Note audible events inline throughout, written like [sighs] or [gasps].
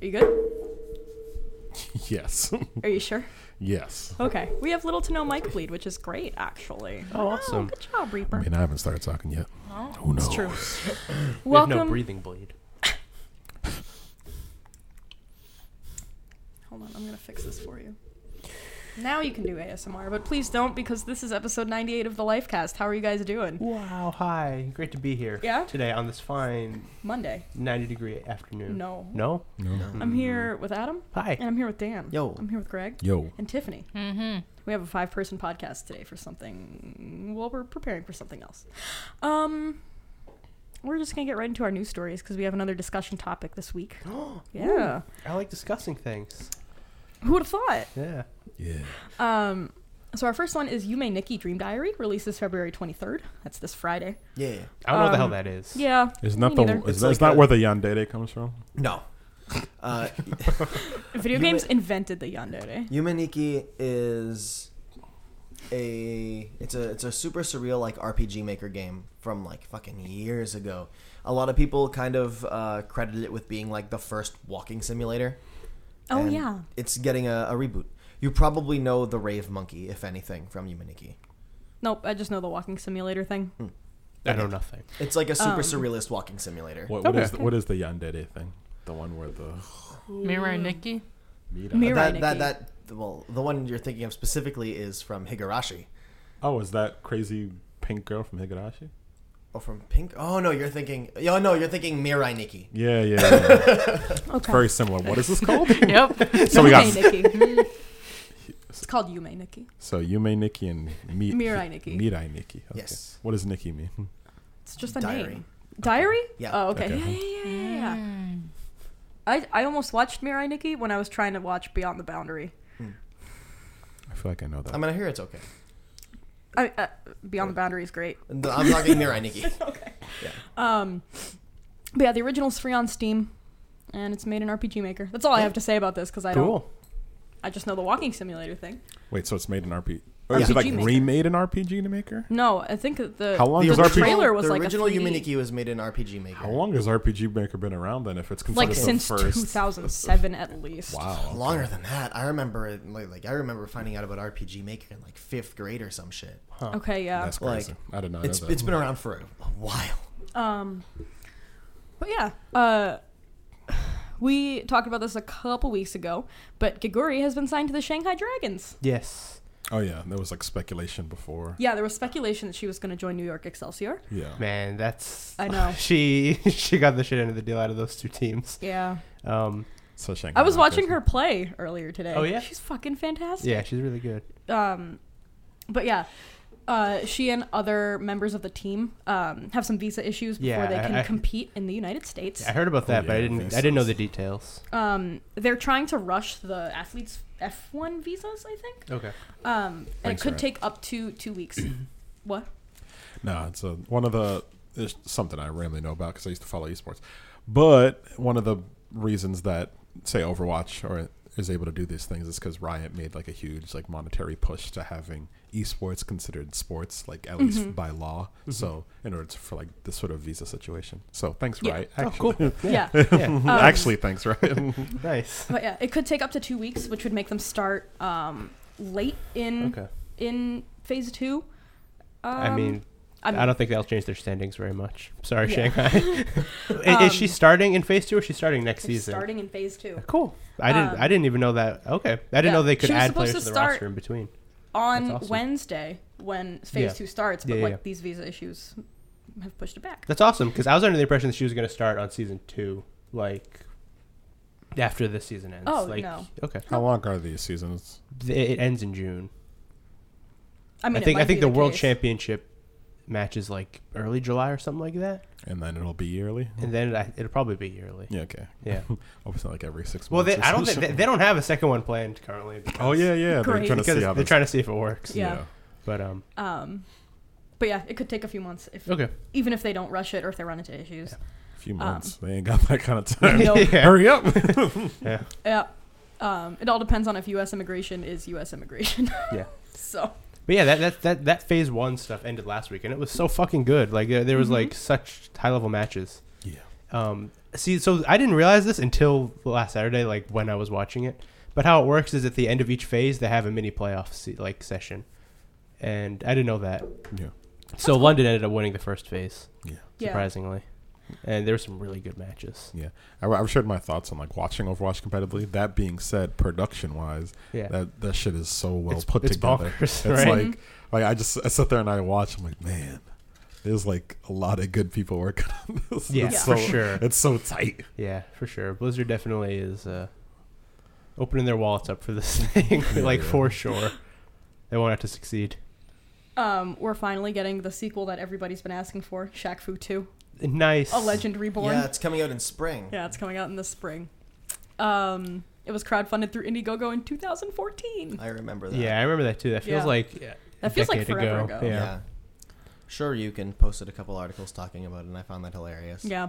you good? yes. [laughs] Are you sure? yes. Okay. We have little to no mic bleed, which is great, actually. Oh, awesome. Good job, Reaper. I mean, I haven't started talking yet. Who knows? It's [laughs] true. We have no Welcome. breathing bleed. Hold on, I'm gonna fix this for you. Now you can do ASMR, but please don't because this is episode 98 of the Lifecast. How are you guys doing? Wow, hi. Great to be here. Yeah? Today on this fine Monday. 90 degree afternoon. No. No? Mm-hmm. I'm here with Adam, Hi. and I'm here with Dan. Yo. I'm here with Greg Yo. and Tiffany. Mm-hmm. We have a five-person podcast today for something. Well, we're preparing for something else. Um, we're just gonna get right into our news stories because we have another discussion topic this week. yeah. [gasps] I like discussing things. Who would have thought? Yeah. Yeah. Um, so our first one is "You May Nikki Dream Diary" releases February 23rd. That's this Friday. Yeah. I don't know what the hell that is. Um, Yeah. Isn't me that the neither. is It's that, is like that a- where the Yandere comes from? No. Uh, Video You games may- invented the yandere. Yumaniki is a it's a it's a super surreal like RPG maker game from like fucking years ago. A lot of people kind of uh, credit it with being like the first walking simulator. Oh, and yeah. It's getting a, a reboot. You probably know the Rave Monkey, if anything, from Yumaniki. Nope, I just know the walking simulator thing. I know nothing. It's like a super surrealist walking simulator. What, what Okay. is the, what is the Yandere thing? The one where the Mira [laughs] and Nikki. meat. Mir- That, Yumaniki. that that well, the one you're thinking of specifically is from Higurashi. oh, is that crazy pink girl from Higurashi? Oh, from Pink. Oh no, you're thinking. Oh no, you're thinking Mirai Nikki. [laughs] Yeah, yeah. yeah. Okay. Very similar. What is this called? Yep. so we [laughs] got Yume Nikki. it's called Yume Nikki. so Yume Nikki and Mi- Mirai Nikki. [laughs] Mirai Nikki. Okay. Yes. What does Nikki mean? It's just a Diary. name. Diary? Yeah. Oh, okay. Okay. Yeah, yeah, yeah, yeah, yeah, yeah. Mm. I, I almost watched Mirai Nikki when I was trying to watch Beyond the Boundary. I feel like I know that. I mean, I hear it's okay. I, uh, Beyond the Boundary is great. No, I'm talking [laughs] Mirai Nikki. Um, but yeah, the original's free on Steam, and it's made in RPG Maker. That's all I have to say about this because I don't. Cool. I just know the walking simulator thing. Wait, so it's made in RPG. Or is it like RPG Maker. remade in RPG to maker? No, I think that the How long the does RPG trailer was the like original a 3D. Yuminiki was made in RPG Maker. How long has RPG Maker been around then? If it's considered like the since first, 2007 at least. Wow. Longer than that. I remember it. Like, like, I remember finding out about RPG Maker in like fifth grade or some shit. Okay, yeah. That's Like, crazy. I did not It's know that. it's been around for a while. Um, but yeah, uh, we talked about this a couple weeks ago, but Gigori has been signed to the Shanghai Dragons. Yes. oh yeah, there was like speculation before. Yeah, there was speculation that she was going to join New York Excelsior. Yeah. Man, that's. I know. [laughs] She she got the shit end of the deal out of those two teams. Yeah. Um, So Shanghai I was watching Rockers. her play earlier today. Oh, yeah? She's fucking fantastic. yeah, she's really good. Um, but yeah. Uh, she and other members of the team um, have some visa issues before Yeah, they can I- I- compete in the United States. I heard about that, but I yeah, didn't. these I didn't know things. the details. um, they're trying to rush the athletes F1 visas, I think. Okay. Um, and it Thanks, could Ryan. take up to two [clears throat] weeks. what? No, it's a, one of the it's something I randomly know about because I used to follow esports. But one of the reasons that say Overwatch or is able to do these things is because Riot made like a huge like monetary push to having esports considered sports like at least by law. So in order to, for like this sort of visa situation. So thanks Yeah. Riot. Oh, Actually, [laughs] cool. Yeah. Um, Yeah. [laughs] actually thanks Riot. [laughs] nice. But yeah, it could take up to two weeks, which would make them start um, late in Okay. in phase two. Um, I mean, I mean- I don't think they'll change their standings very much. Sorry, Yeah. Shanghai. [laughs] I- is she starting in phase two or is she starting next It's season? starting in phase two Cool. I didn't. I didn't even know that. Okay. I didn't Yeah. know they She could was add supposed players to to, the start- roster in between. on That's awesome. Wednesday when phase Yeah. two starts, but Yeah, yeah, like yeah. these visa issues have pushed it back. That's awesome because I was under the impression that she was going to start on season two, like after this season ends. Oh, like, no. Okay. How long are these seasons? It, it ends in June. I I, mean, it think. I might think be the, world case. championship match is like early July or something like that, And then it'll be yearly. and then I, it'll probably be yearly. Yeah. Okay. Yeah. Obviously, like every six months. [laughs] Well, they, or I don't think they, something. they don't have a second one planned currently. Oh yeah, yeah. Great. They're trying to because see how they're this- trying to see if it works. Yeah. But um. Um, but yeah, it could take a few months if [laughs] Okay. even if they don't rush it or if they run into issues. A few months. they ain't got [laughs] that kind of time. No. Hurry [laughs] up. Yeah. Yeah. Um, it all depends on if U.S. immigration is U.S. immigration. Yeah. [laughs] so But yeah, that, that that that phase one stuff uh, ended last week, and it was so fucking good. Like there, there was like such high level matches. yeah. Um, see, so I didn't realize this until last Saturday, like when I was watching it. But how it works is at the end of each phase, they have a mini playoff se- like session, and I didn't know that. Yeah. so London ended up winning the first phase, Yeah. Yeah. [laughs] surprisingly, and there were some really good matches. Yeah, I, I've shared my thoughts on like watching Overwatch competitively. That being said, production wise, Yeah, that that shit is so well it's, put it's together. bonkers, It's right? like like I just I sit there and I watch. I'm like, man, there's like a lot of good people working [laughs] on this. yeah, it's for so, sure. It's so tight. Yeah, for sure. Blizzard definitely is uh, opening their wallets up for this [laughs] thing, Yeah, like yeah. for sure. They won't have to succeed. Um, we're finally getting the sequel that everybody's been asking for, Shaq Fu 2, Nice. A Legend Reborn. Yeah, it's coming out in spring. Yeah, it's coming out in the spring. Um, it was crowdfunded through Indiegogo in 2014. I remember that. Yeah, I remember that too. That Yeah. feels like a That feels like decade forever ago. Yeah. Sure, you can posted a couple articles talking about it, and I found that hilarious. Yeah.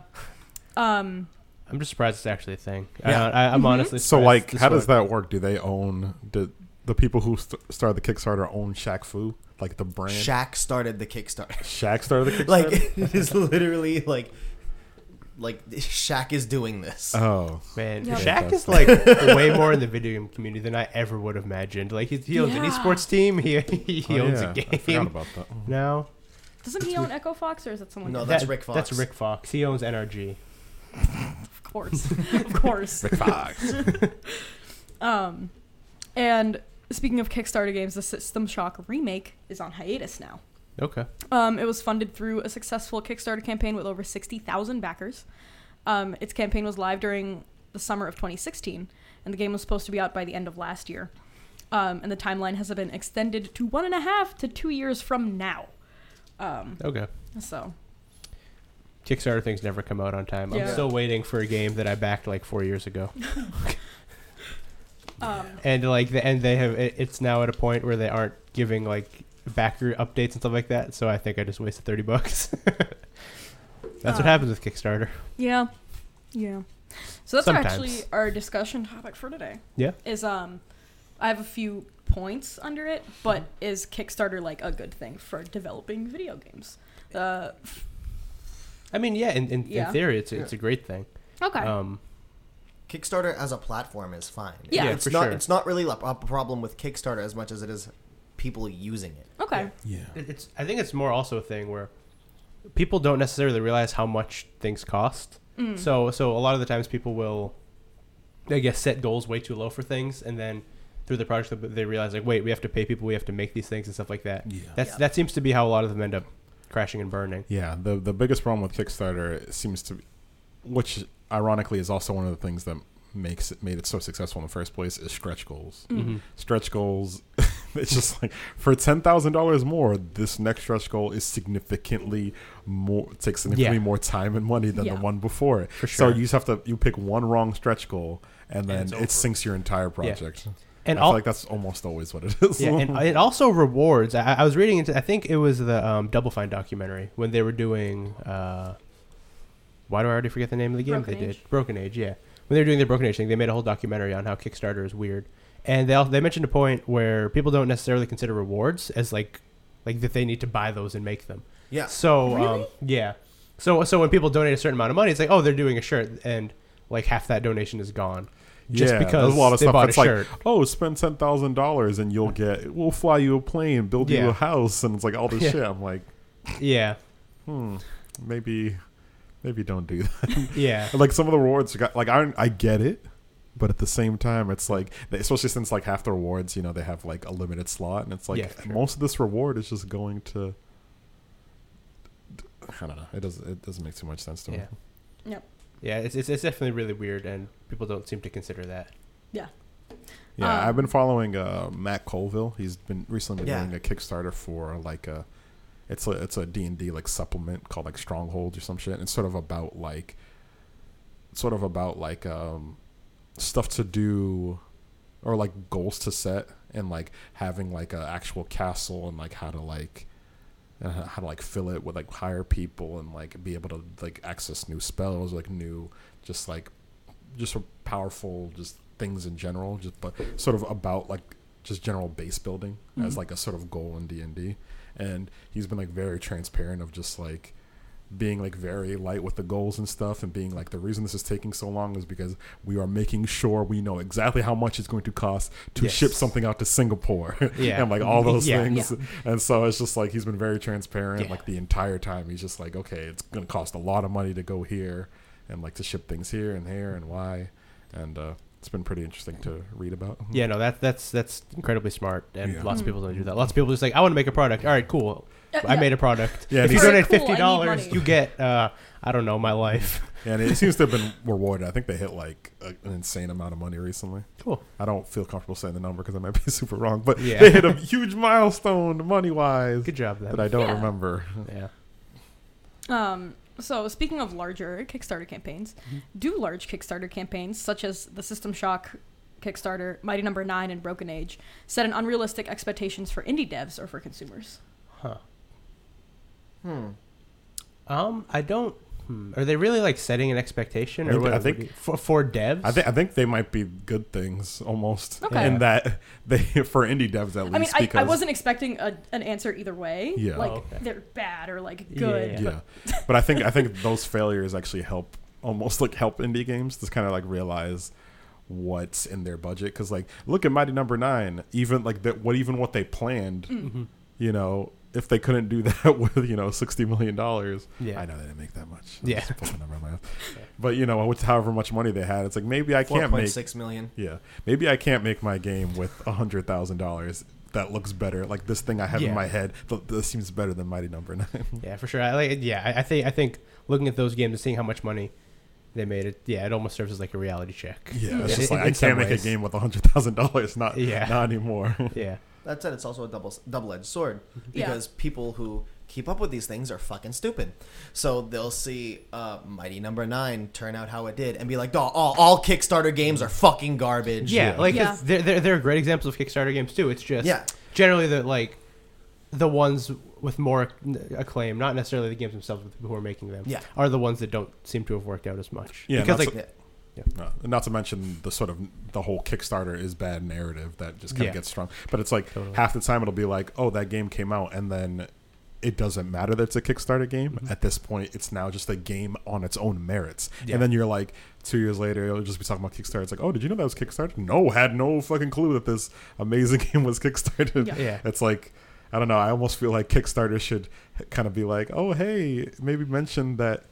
Um, I'm just surprised it's actually a thing. Yeah. I, I, Mm-hmm. I'm honestly So surprised like, this how does one- that work? Do they own the the people who st- started the Kickstarter own Shaq Fu? Like the brand Shaq started [laughs] the Kickstarter. Shaq started the Kickstarter. like [laughs] it is literally like, like Shaq is doing this. oh, man? Yeah. Shaq [laughs] is like Fantastic. way more in the video game community than I ever would have imagined. Like he, he owns an Yeah. esports team. He [laughs] he oh, owns yeah. I a forgot game. about that. [laughs] No, doesn't he own Echo Fox or is that someone? No, else? Oh, that's Rick Fox. That's Rick Fox. He owns NRG. of course, of course. [laughs] Rick Fox. [laughs] Um, and speaking of Kickstarter games, the System Shock remake is on hiatus now. Okay. Um, it was funded through a successful Kickstarter campaign with over 60,000 backers. Um, its campaign was live during the summer of 2016, and the game was supposed to be out by the end of last year. Um, and the timeline has been extended to one and a half to two years from now. Um, Okay. so, Kickstarter things never come out on time. I'm Yeah. still waiting for a game that I backed like four years ago, um, and like the and they have it, it's now at a point where they aren't giving like backer updates and stuff like that. So I think I just wasted thirty bucks. [laughs] That's Uh, what happens with Kickstarter. yeah, yeah. So that's Sometimes. actually our discussion topic for today. Yeah. Is um, I have a few points under it, but is Kickstarter like a good thing for developing video games? Uh, I mean, yeah, in, in, Yeah. in theory, it's it's a great thing. okay. Um, Kickstarter as a platform is fine. Yeah. Yeah, it's for not. sure. It's not really a a problem with Kickstarter as much as it is people using it. okay. yeah. yeah. it- it's I think it's more also a thing where people don't necessarily realize how much things cost. So so a lot of the times people will, I guess, set goals way too low for things, and then through the project they they realize like, wait, we have to pay people, we have to make these things and stuff like that. Yeah. That's Yeah. that seems to be how a lot of them end up crashing and burning. Yeah, the the biggest problem with Kickstarter seems to be, which ironically is also one of the things that makes it made it so successful in the first place is stretch goals. Mhm. Stretch goals, [laughs] it's just like for ten thousand dollars more, this next stretch goal is significantly more takes significantly Yeah. more time and money than Yeah. the one before it. For So sure. you just have to you pick one wrong stretch goal and then it's over. it sinks your entire project. And I all, feel like that's almost always what it is. yeah, and it also rewards. I, I was reading into. I think it was the um, Double Fine documentary when they were doing. Uh, why do I already forget the name of the game Broken they Age. did? Broken Age. Yeah, when they were doing the Broken Age thing, they made a whole documentary on how Kickstarter is weird, and they also, they mentioned a point where people don't necessarily consider rewards as like like that they need to buy those and make them. Yeah. So um, Really? yeah, so so when people donate a certain amount of money, it's like oh they're doing a shirt and like half that donation is gone. Just Yeah, because there's a lot of they stuff bought a that's like, shirt. oh, spend ten thousand dollars and you'll get, we'll fly you a plane, build you Yeah. a house, and it's like all this Yeah. shit. I'm like, yeah, hmm, maybe, maybe don't do that. yeah, like some of the rewards, you got, like I, I get it, but at the same time, it's like, especially since like half the rewards, you know, they have like a limited slot, and it's like Yeah, sure. most of this reward is just going to. I don't know. It doesn't. It doesn't make too much sense to me. yeah. Yep. Yeah, it's, it's, it's definitely really weird, and people don't seem to consider that. Yeah, Um, I've been following uh, Matt Colville. He's been recently been Yeah. doing a Kickstarter for like a it's a it's a D and D like supplement called like Stronghold or some shit. It's sort of about like sort of about like um stuff to do or like goals to set and like having like a actual castle and like how to like and h- uh, how to like fill it with like hire people and like be able to like access new spells like new just like just sort of powerful just things in general just but sort of about like just general base building as Mm-hmm. Mhm. like a sort of goal in D&D and he's been like very transparent of just like being like very light with the goals and stuff and being like the reason this is taking so long is because we are making sure we know exactly how much it's going to cost to Yes. ship something out to Singapore [laughs] Yeah. and like all those Yeah. things and so it's just like he's been very transparent Yeah. like the entire time he's just like okay it's going to cost a lot of money to go here and like to ship things here and here and why and uh it's been pretty interesting to read about Yeah, no, that that's that's incredibly smart, and Hmm. Yeah. lots of people don't do that. Lots of people just like, I want to make a product. All right, cool. Hmm. Uh, I yeah. made a product. Yeah, if and you he's- donate Cool, I fifty need dollars, money. you get uh, I don't know, my life. [laughs] and it seems to have been rewarded i think they hit like a, an insane amount of money recently Cool. I don't feel comfortable saying the number because I might be [laughs] super wrong, but Yeah. they hit a huge milestone money wise Good job that then. I don't Yeah. remember. Yeah. Um, so speaking of larger Kickstarter campaigns, Mm-hmm. do large Kickstarter campaigns such as the System Shock Kickstarter, Mighty Number Nine, and Broken Age set an unrealistic expectations for indie devs or for consumers? Huh. Hmm. Um, I don't. Hmm. Are they really like setting an expectation, I or think- what? I think- what do you- for, for devs. I think I think they might be good things almost Okay. in that they for indie devs at least I mean, I, because I wasn't expecting a, an answer either way. Yeah. like Oh, okay. they're bad or like good. Yeah. yeah. but I think I think those failures actually help almost like help indie games to kind of like realize what's in their budget because like look at Mighty Number Nine even like that what even what they planned Mm-hmm. you know if they couldn't do [laughs] that with you know sixty million dollars Yeah. I know they didn't make that much Yeah. Just put the number in [laughs] my mouth. but you know with however much money they had it's like maybe I Four can't point make six million. Yeah, maybe I can't make my game with a hundred thousand dollars. That looks better. Like this thing I have Yeah. in my head. Th- this seems better than Mighty Number Nine. Yeah, for sure. I like. Yeah, I, I think. I think looking at those games and seeing how much money they made, it. Yeah, it almost serves as like a reality check. Hmm. yeah, Yeah, it's just in- like in I some can't make ways. a game with a hundred thousand dollars. Not Yeah. not [laughs] anymore. Yeah. That said, it's also a double double edged sword Mm-hmm. Yeah. because people who keep up with these things are fucking stupid. So they'll see uh, Mighty Number Nine turn out how it did and be like, "Oh, all, all Kickstarter games are fucking garbage." Yeah, like Yeah. it's- They're, they're, they're great examples of Kickstarter games too. It's just Yeah. generally the like the ones with more acclaim, not necessarily the games themselves, but the people who are making them, Yeah. are the ones that don't seem to have worked out as much. Yeah, because not like so- Yeah. Uh, not to mention the sort of the whole Kickstarter is bad narrative that just kind Yeah. of gets strong. But it's like Totally. half the time it'll be like, oh, that game came out, and then it doesn't matter that it's a Kickstarter game. Mm-hmm. At this point, it's now just a game on its own merits. Yeah. And then you're like, two years later, it'll just be talking about Kickstarter. It's like, oh, did you know that was Kickstarter? No, had no fucking clue that this amazing [laughs] game was Kickstarter. Yeah. Yeah. It's like. I don't know. I almost feel like Kickstarter should kind of be like, "Oh, hey, maybe mention that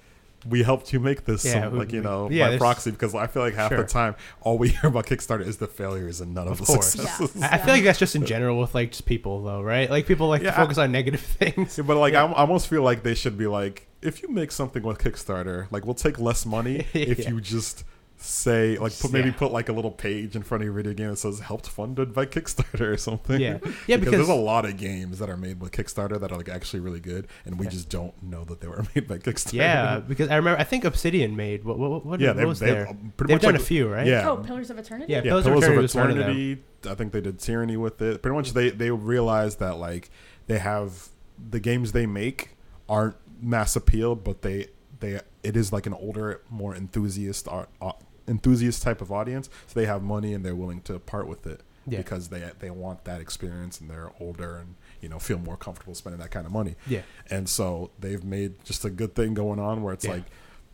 we helped you make this, Yeah, so, we- like you we- know, yeah, by there's- proxy." because I feel like half Sure. the time all we [laughs] hear about Kickstarter is the failures and none of, Of the course. successes. [laughs] Yeah. I, I feel like that's just in general with like just people though, right? Like people like to Yeah, I- focus on negative [laughs] things. Yeah, But like, I I almost feel like they should be like, if you make something with Kickstarter, like we'll take less money if [laughs] Yeah. you just say like put, Yeah. maybe put like a little page in front of your video game that says helped funded by Kickstarter or something. Yeah. Yeah, because, because- there's a lot of games that are made with Kickstarter that are like actually really good, and we just don't know that they were [laughs] made by Kickstarter. [laughs] Yeah, because I remember I think Obsidian made what what, what, yeah, what they've, was they've uh, there? pretty They've much done like- a few, right? Yeah, Oh, Pillars of Eternity. Yeah, yeah, Pillars of Pillars of Eternity was one of them. Eternity. I think they did Tyranny with it. Pretty much, they they realized that like they have the games they make aren't mass appeal, but they they it is like an older, more enthusiast art, uh, enthusiast type of audience. So they have money and they're willing to part with it Yeah. because they they want that experience and they're older and you know feel more comfortable spending that kind of money. Yeah. and so they've made just a good thing going on where it's Yeah. like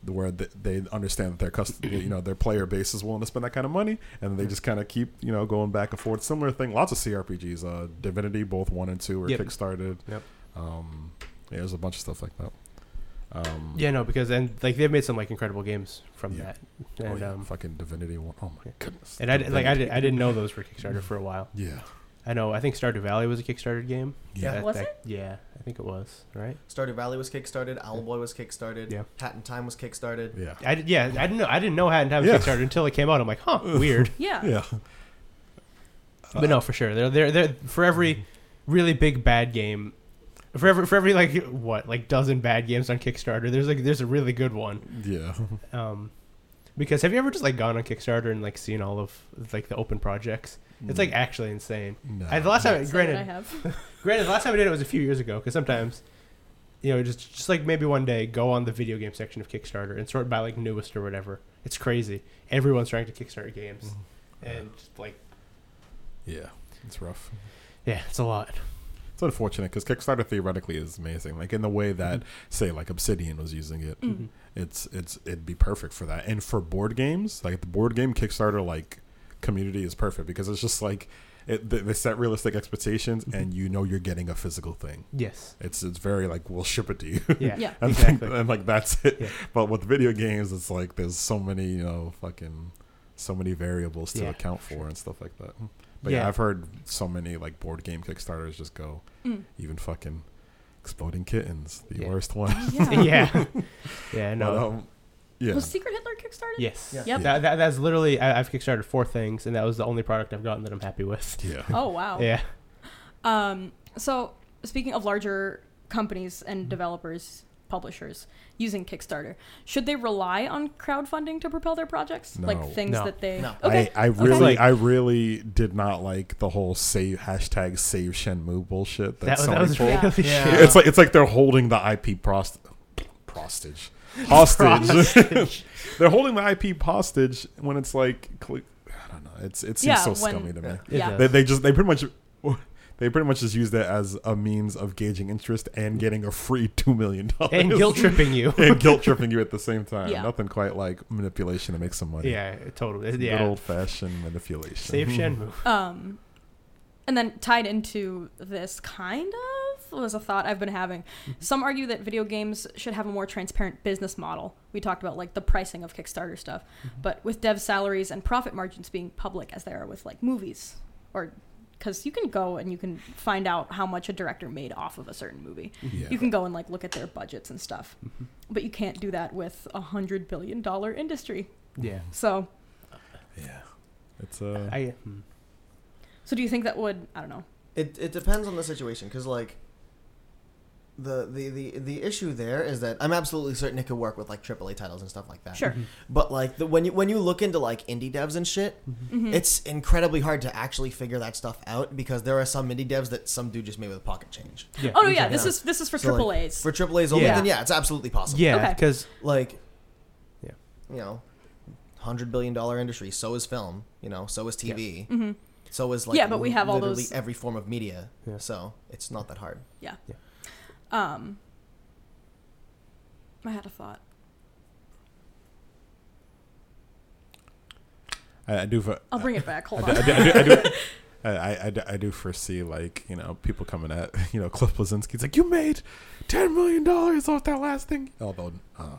where th- they understand that their cust- you know their player base is willing to spend that kind of money, and Mm-hmm. they just kind of keep you know going back and forth. Similar thing, lots of CRPGs, uh, Divinity, both one and two were Yep. kickstarted. Yep. Um, yeah, there's a bunch of stuff like that. Um, Yeah, no, because and like they've made some like incredible games from Yeah. that, oh, and yeah, um, fucking Divinity one. Oh my yeah. goodness. and I did- like I, Divinity. did, I didn't know those were Kickstarter for a while. Yeah. I know. I think Stardew Valley was a Kickstarter game. Yeah. Was it? Yeah, I think it was. Right. Stardew Valley was kickstarted. Owlboy was kickstarted. Yeah. Hat in Time was kickstarted. Yeah. I did, yeah. I didn't know. I didn't know Hat in Time was Yeah. Kickstarter until it came out. I'm like, huh, weird. Yeah. Yeah. but no, for sure. They're they're they're for every Mm-hmm. really big bad game. For every, for every like what like dozen bad games on Kickstarter, there's like there's a really good one. Yeah. Um, because have you ever just like gone on Kickstarter and like seen all of like the open projects? [laughs] It's Mm. [laughs] like actually insane. No. I, the last time, Say that I granted, have. Granted, the last time I did it was a few years ago. Because sometimes, you know, just just like maybe one day, go on the video game section of Kickstarter and sort by like newest or whatever. It's crazy. Everyone's trying to Kickstarter games, Mm-hmm. and just, like Yeah. It's rough. yeah, it's a lot. It's It's unfortunate because Kickstarter theoretically is amazing. Like in the way that Mm-hmm. say like Obsidian was using it, Mm. it's it's it'd be perfect for that. And for board games, like the board game Kickstarter like community is perfect because it's just like it, they, they set realistic expectations Mm-hmm. and you know you're getting a physical thing. Yes. It's it's very like we'll ship it to you. Yeah. Yeah. [laughs] and, Exactly. and like that's it. Yeah. But with video games, it's like there's so many you know fucking so many variables to Yeah, account for and stuff like that. But yeah. Yeah. I've heard so many like board game kickstarters just go even fucking exploding kittens, the Yeah. worst one. Yeah. [laughs] [laughs] uh, yeah. Yeah. No. But, um, yeah. Was Secret Hitler kickstarted? Yes. Yeah. Yep. That, that, that's literally I, I've kickstarted four things, and that was the only product I've gotten that I'm happy with. yeah. Oh wow. Yeah. Um, so speaking of larger companies Mm-hmm. and developers, publishers using Kickstarter, should they rely on crowdfunding to propel their projects? No. Like things No. that they No. okay. I, I really Like- I really did not like the whole save hashtag save Shenmue bullshit that, That, was- that Sony was pulled. really Yeah. Yeah. shit. It's like it's like they're holding the IP prost- [laughs] prostage. Hostage. [laughs] they're holding the IP hostage when it's like cl- I don't know. It's it seems Yeah, so when- scummy to me. It Yeah. does. They, they just they pretty much [laughs] they pretty much just used it as a means of gauging interest and getting a free two million dollars and guilt tripping you. [laughs] and guilt tripping you at the same time. Yeah. Nothing quite like manipulation to make some money. yeah. Totally. Good Yeah. old fashioned manipulation. [laughs] Save Shenmue. Um, and then tied into this kind of was a thought I've been having. Some argue that video games should have a more transparent business model. We talked about like the pricing of Kickstarter stuff, but with dev salaries and profit margins being public as they are with like movies or because you can go and you can find out how much a director made off of a certain movie. Yeah. You can go and like look at their budgets and stuff, Mm-hmm. but you can't do that with a hundred billion dollar industry. Yeah. So, yeah. It's uh I. Mm-hmm. hmm. so do you think that would I don't know? It it depends on the situation because like the, the the the issue there is that I'm absolutely certain it could work with like AAA titles and stuff like that. Mm-hmm. Sure. But like the, when you when you look into like indie devs and shit, Mm-hmm. it's incredibly hard to actually figure that stuff out because there are some indie devs that some dude just made with pocket change. Yeah. Oh no, yeah, this Yeah. is this is for So, triple like, A's. for AAA's only, Yeah. then yeah, it's absolutely possible. Yeah. Okay. Because like, Yeah. you know, hundred billion dollar industry. So is film. You know, so is TV. Mm-hmm. So is like Yeah, but we have all literally those- every form of media. Yeah. So it's not that hard. Yeah. Yeah. Um, I had a thought. I, I do f- I'll bring it back. Hold [laughs] I, on. do- I do, I do, I do- I- I- I do- I do foresee like you know people coming at [laughs] you know Cliff Blazinski's like you made ten million dollars off that last thing although uh,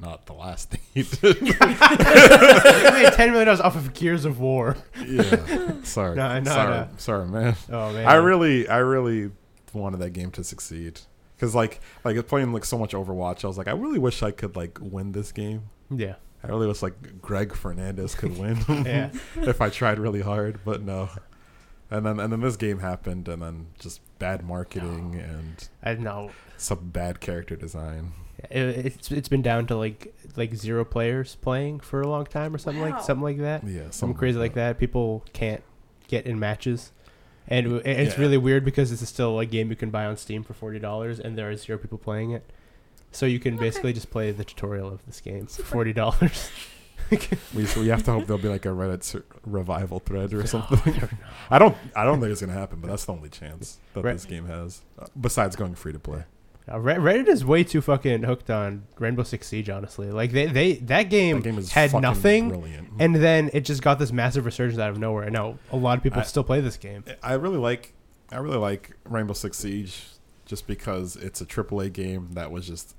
not the last thing he did [laughs] I made ten million dollars off of Gears of War. [laughs] yeah sorry No, no, sorry no. sorry man Oh man. I really I really wanted that game to succeed because like like playing like so much Overwatch I was like I really wish I could like win this game Yeah. I really wish like Greg Fernandez [laughs] could win Yeah. [laughs] if I tried really hard, but no. And then and then this game happened, and then just bad marketing Oh. and I know. some bad character design. It, it's it's been down to like like zero players playing for a long time or something Wow. like something like that. Yeah, something crazy like that. People can't get in matches, and w- and it's Yeah. really weird because this is still a game you can buy on Steam for forty dollars, and there are zero people playing it. So you can basically just play the tutorial of this game for Super. forty dollars. We, so we have to hope there'll be like a Reddit sur- revival thread [laughs] or something. [laughs] I don't I don't think it's gonna happen, but that's the only chance that Right. this game has uh, besides going free to play. Now, Uh, Re- Reddit is way too fucking hooked on Rainbow Six Siege. Honestly, like they they that game, That game is had fucking nothing, brilliant. and then it just got this massive resurgence out of nowhere. And now a lot of people I- still play this game. I really like I really like Rainbow Six Siege just because it's a AAA game that was just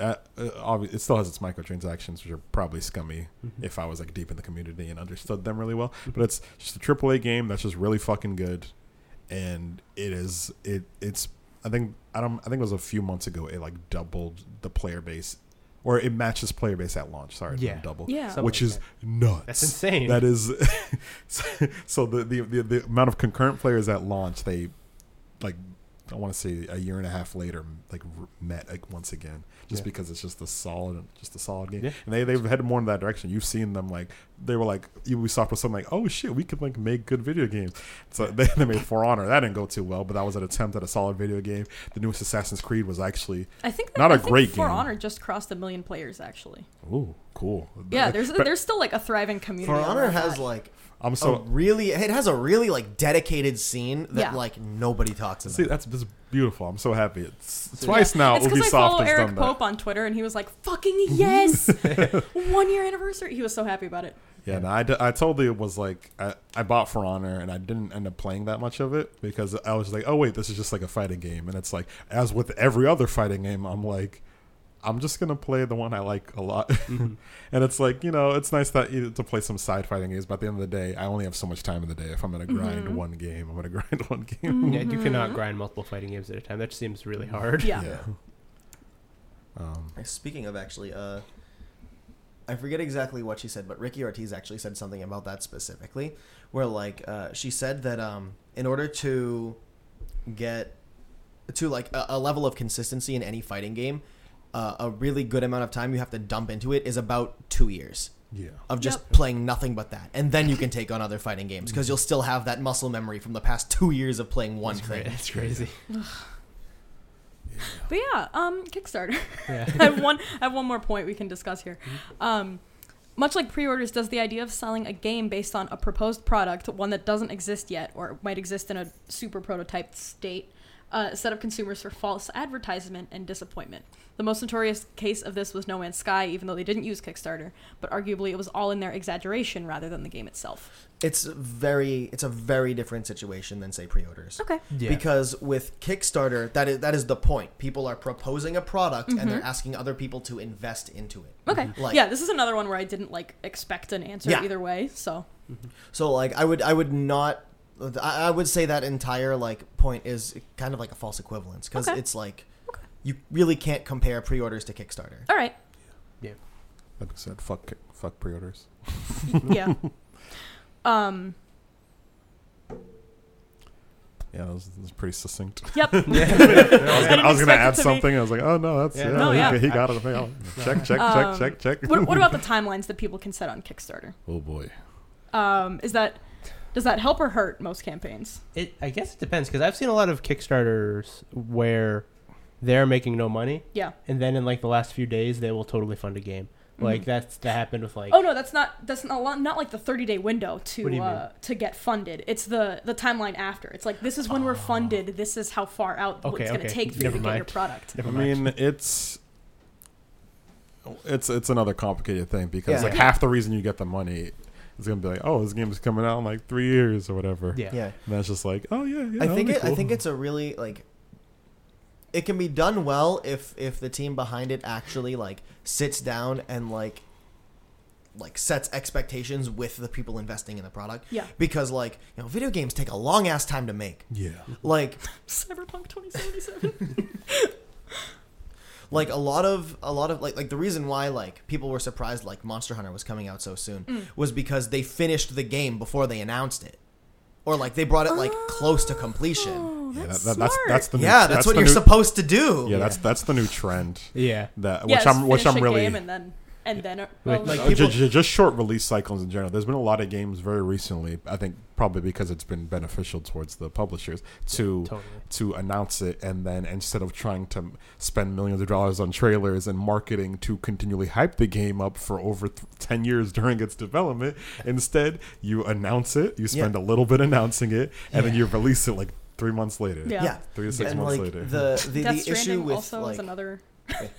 uh, uh, obvi- it still has its microtransactions which are probably scummy Mm-hmm. if I was like deep in the community and understood them really well but it's just a AAA game that's just really fucking good and it is it it's I think I don't I think it was a few months ago it like doubled the player base or it matches player base at launch sorry Yeah. yeah. double [laughs] Yeah. Something which like is that. nuts That's insane. that is [laughs] so, so the, the, the the amount of concurrent players at launch they like I want to say a year and a half later like r- met like once again just Yeah. because it's just a solid just a solid game Yeah. and they they've headed more in that direction you've seen them like they were like Ubisoft was something like oh shit we could like make good video games so they, [laughs] they made For Honor that didn't go too well but that was an attempt at a solid video game the newest Assassin's Creed was actually I think that, Not a a great For game. Honor just crossed a million players actually. ooh cool. Yeah, there's But there's still like a thriving community. For Honor around has that. like I'm so Oh, so really it has a really like dedicated scene that Yeah. like nobody talks about. see that's, that's beautiful. I'm so happy. It's twice now It's because I follow Ubisoft has Eric done Pope that. on Twitter, and he was like, "Fucking [laughs] yes, one year anniversary." He was so happy about it. Yeah, and I, d- I totally was like I, I bought For Honor and I didn't end up playing that much of it because I was like, oh wait, this is just like a fighting game, and it's like as with every other fighting game, I'm like, I'm just gonna play the one I like a lot, [laughs] Mm-hmm. and it's like you know, it's nice that you, to play some side fighting games, but at the end of the day, I only have so much time in the day. If I'm gonna Mm-hmm. grind one game, I'm gonna [laughs] grind one game. Mm-hmm. Yeah, you cannot grind multiple fighting games at a time. That just seems really hard. Yeah. Um, Speaking of actually, uh, I forget exactly what she said, but Ricky Ortiz actually said something about that specifically, where like uh, she said that um, in order to get to like a, a level of consistency in any fighting game, uh, a really good amount of time you have to dump into it is about two years yeah. of just Yep. playing nothing but that, and then you can take on other fighting games because you'll still have that muscle memory from the past two years of playing one That's, cra- thing. that's crazy. But yeah, um, Kickstarter. Yeah. [laughs] I have one. I have one more point we can discuss here. Mm-hmm. Um, much like pre-orders, does the idea of selling a game based on a proposed product, one that doesn't exist yet or might exist in a super prototype state, uh, set up consumers for false advertisement and disappointment? The most notorious case of this was No Man's Sky, even though they didn't use Kickstarter, but arguably it was all in their exaggeration rather than the game itself. It's very, it's a very different situation than say pre-orders. Okay. Yeah. Because with Kickstarter, that is that is the point. People are proposing a product and Mm-hmm. they're asking other people to invest into it. Okay. Mm-hmm. Like- yeah, this is another one where I didn't like expect an answer Yeah. either way. So So like I would I would not I I would say that entire like point is kind of like a false equivalence because Okay. it's like you really can't compare pre-orders to Kickstarter. all [laughs] right. yeah. Like I said, fuck fuck pre-orders. [laughs] yeah. Um. Yeah, that was, that was pretty succinct. [laughs] Yep. I was gonna, I was gonna expect it add to be- something. I was like, oh no, that's Yeah, yeah, no, he, yeah. he [laughs] got it. Yeah. Check, check, Um, check, check, check. what, [laughs] what about the timelines that people can set on Kickstarter? Oh boy, Um, is that does that help or hurt most campaigns? It, I guess it depends because I've seen a lot of Kickstarters where they're making no money, Yeah. Mm-hmm. and then in like the last few days they will totally fund a game. Like that's that happened with like Oh no, that's not that's not lo- not like the 30 day window What do to you uh, to get funded. It's the the timeline after. It's like this is when we're funded. This is how far out Oh. Okay, it's going okay. to take for you Never to get your mind. product. Never I mind. mean, it's it's it's another complicated thing because Yeah. like Yeah. half the reason you get the money is gonna be like, oh, this game is coming out in like three years or whatever. yeah. Yeah. and that's just like, oh yeah, yeah. I that'll think be it, I cool. think it's a really like it can be done well if if the team behind it actually like sits down and like like sets expectations with the people investing in the product. [laughs] Yeah. Because like, you know, video games take a long ass time to make. yeah. Like Cyberpunk [laughs] 2077. like a lot of a lot of like like the reason why like people were surprised like Monster Hunter was coming out so soon Mm. was because they finished the game before they announced it. Or like they brought it like close to completion. Oh, Yeah, that's that- that- that's smart. that's the new, Yeah, that's, what the you're new, supposed to do. Yeah, that's that's the new trend. yeah. That Yeah, which just I'm which I'm finish a really game and then and then uh, well, Like- Uh, ju- people- ju- just, short release cycles in general. There's been a lot of games very recently. I think probably because it's been beneficial towards the publishers to Totally. to announce it, and then instead of trying to m- spend millions of dollars on trailers and marketing to continually hype the game up for over th- ten years [laughs] during its development, instead you announce it, you spend a little bit announcing it, and then you release it like three months later. Yeah. yeah. three to six and months like later. [laughs] the the, Death the issue Stranding with also like is another.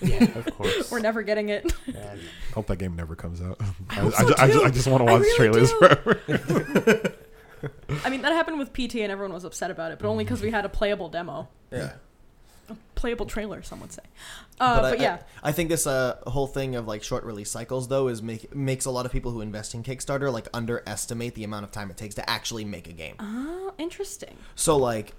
Yeah, of course. We're never getting it. And I hope that game never comes out. [laughs] I, hope I, so ju- I ju- too. I just want to I watch really trailers do. forever. I mean, that happened with PT, and everyone was upset about it, but only because we had a playable demo, yeah. playable trailer, some would say. Uh, but, I, yeah, I, I think this uh, whole thing of like short release cycles though is make, makes a lot of people who invest in Kickstarter like underestimate the amount of time it takes to actually make a game. oh, interesting. So like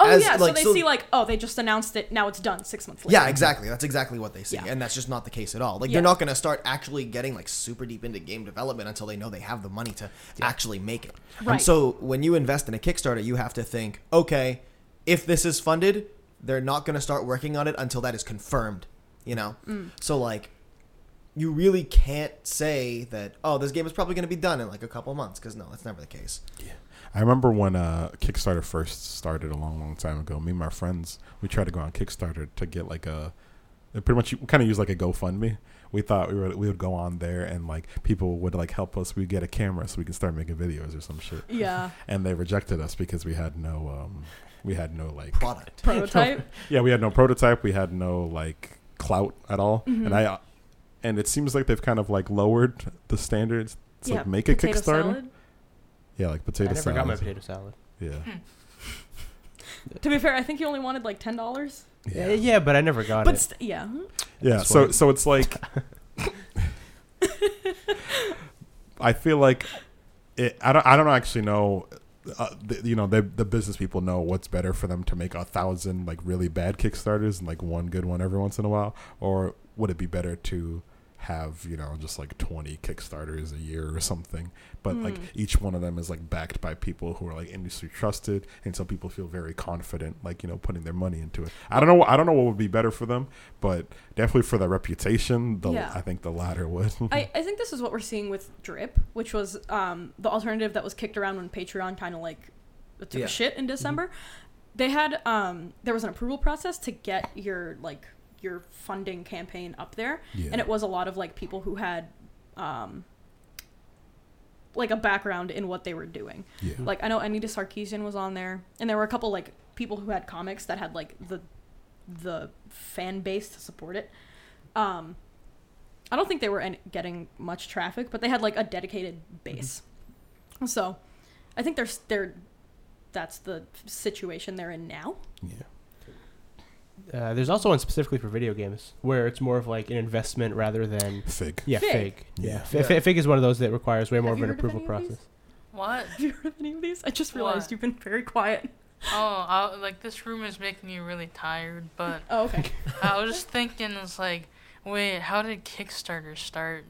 Oh As- yeah, like, so they so- see like, oh, they just announced it, now it's done. Six months later. yeah, exactly. That's exactly what they see, Yeah. and that's just not the case at all. Like Yeah. they're not going to start actually getting like super deep into game development until they know they have the money to actually make it. Right. And so when you invest in a Kickstarter, you have to think, okay, if this is funded, they're not going to start working on it until that is confirmed. You know, Mm, so like. You really can't say that. Oh, this game is probably going to be done in like a couple months because no, that's never the case. I remember when uh, Kickstarter first started a long, long time ago. Me and my friends, we tried to go on Kickstarter to get like a And pretty much kind of used like a GoFundMe. We thought we would we would go on there and like people would like help us. We'd get a camera so we can start making videos or some shit. [laughs] Yeah. And they rejected us because we had no um we had no like Product. Prototype. yeah we had no prototype. We had no like clout at all. Mm-hmm. And I uh, and it seems like they've kind of like lowered the standards to yeah. make a potato Kickstarter. salad. Yeah, like potato I never got my salad. potato salad. Yeah. Hmm. To be fair, I think you only wanted like ten dollars. Yeah, Uh, yeah, but I never got But it. st- yeah. Yeah, That's so why- so it's like I feel like it, I don't I don't actually know uh, the, you know the the business people know what's better for them to make a thousand like really bad kickstarters and like one good one every once in a while or would it be better to have you know just like 20 kickstarters a year or something but Hmm. like each one of them is like backed by people who are like industry trusted and so people feel very confident like you know putting their money into it i don't know i don't know what would be better for them but definitely for their reputation the Yeah. i think the latter would [laughs] I, I think this is what we're seeing with Drip, which was um, the alternative that was kicked around when Patreon kind of like took Yeah. a shit in December. They had um, there was an approval process to get your like your funding campaign up there, Yeah. and it was a lot of like people who had um, like a background in what they were doing. yeah Like I know Anita Sarkeesian was on there, and there were a couple like people who had comics that had like the the fan base to support it. Um, I don't think they were any- getting much traffic, but they had like a dedicated base. Mm-hmm. So, I think there's they're that's the situation they're in now. [laughs] yeah Uh, there's also one specifically for video games where it's more of like an investment rather than fig yeah Fig. fig. Yeah. Yeah, Yeah. Fig, fig is one of those that requires way more Have of you an heard of approval any of these? process. What? Have you heard of any of these? I just realized What? you've been very quiet. Oh, I, like this room is making me really tired. But Oh, okay. I was just thinking, it's like, wait, how did [laughs] Kickstarter start?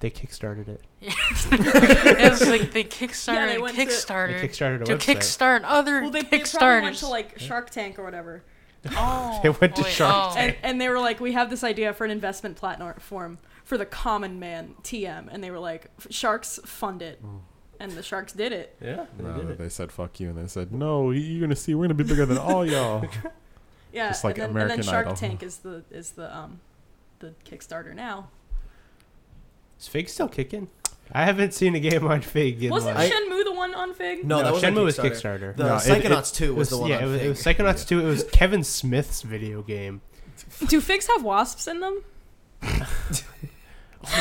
They kickstarted it. it's like they kickstarted Yeah, they went to- They Kickstarter kickstarted a to website. kickstart other well, they, they probably went Kickstarters. to like Shark Tank or whatever, oh, They went to wait, Shark oh. and, and they were like, "We have this idea for an investment platform for the common man TM," and they were like, "Sharks fund it," and the sharks did it. yeah, they Rather, did it. they said fuck you, and they said no. You're gonna see. We're gonna be bigger [laughs] than all y'all. Yeah, Just like and, then, and American then Shark Idol. Tank is the is the um the Kickstarter now. Is Fig still kicking? I haven't seen a game on Fig in Wasn't like. I- Shenmue the one on Fig? No, that was on Shenmue was Kickstarter. Kickstarter. The No, it- Psychonauts 2 was, It the was- one. yeah, on it was, it Fig. was Psychonauts 2. It was Kevin Smith's video game. Do figs have wasps in them?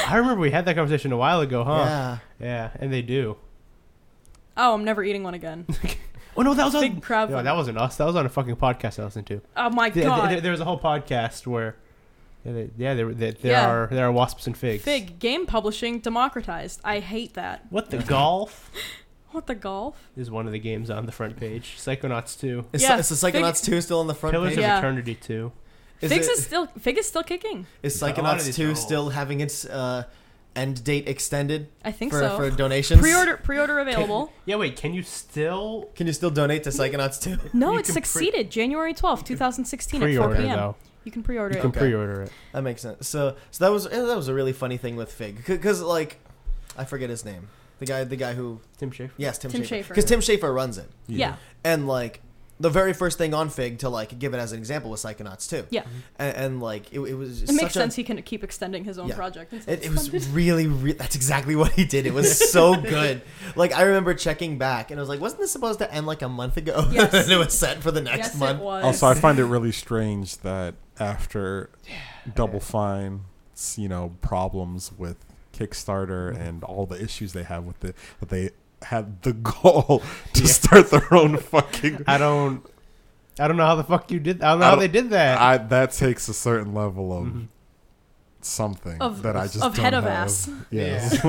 I remember we had that conversation a while ago, huh? Yeah. Yeah, and they do. Oh, I'm never eating one again. Oh no, that was Fig on. crab. No, that wasn't us. That was on a fucking podcast I listened to. oh my Th- th- god. th- [laughs] there was a whole podcast where, yeah, they, yeah, there, there, there Yeah. are there are wasps and figs. Fig game publishing democratized. I hate that. What [laughs] the golf What the golf? is one of the games on the front page. Psychonauts two, Is, Yeah, is the Psychonauts 2 still on the front Pillars page? of Yeah. Eternity two. Is, Figs it- is still Fig is still kicking. is Yeah, a lot of Psychonauts these 2 are still having its uh, end date extended I think for, so. [laughs] for donations? Pre-order pre-order available. Yeah, wait, can you still Can you still donate to Psychonauts 2? No, You it can pre- succeeded January 12th, 2016 at 4 pre-order p.m. though? You can pre-order You can it. Okay. pre-order it. [laughs] That makes sense. So, so that was eh, that was a really funny thing with Fig because like, I forget his name. The guy, the guy who Tim Schafer. yes, Tim, Tim Schafer. Schafer. Because Tim Schafer runs it, Yeah. and like the very first thing on Fig to like give it as an example was Psychonauts too. Yeah. and, and like it, it was. It makes such a- sense he can keep extending his own Yeah. project. until It, it's it was funded. really, re- that's exactly what he did. It was so good. Like I remember checking back, and I was like, "Wasn't this supposed to end like a month ago?" [laughs] Yes. and it was set for the [laughs] next yes, month. it was. Also, I find it really strange that after Double Fine's you know problems with Kickstarter Mm-hmm. and all the issues they have with it, that they had the [laughs] goal to Yeah. start their [laughs] own fucking. I don't. I don't know how the fuck you did. I don't know I how don't- they did that. I, that takes a certain level of Mhm. something Mm-hmm. Of- that I just of don't head of have. ass. Yes.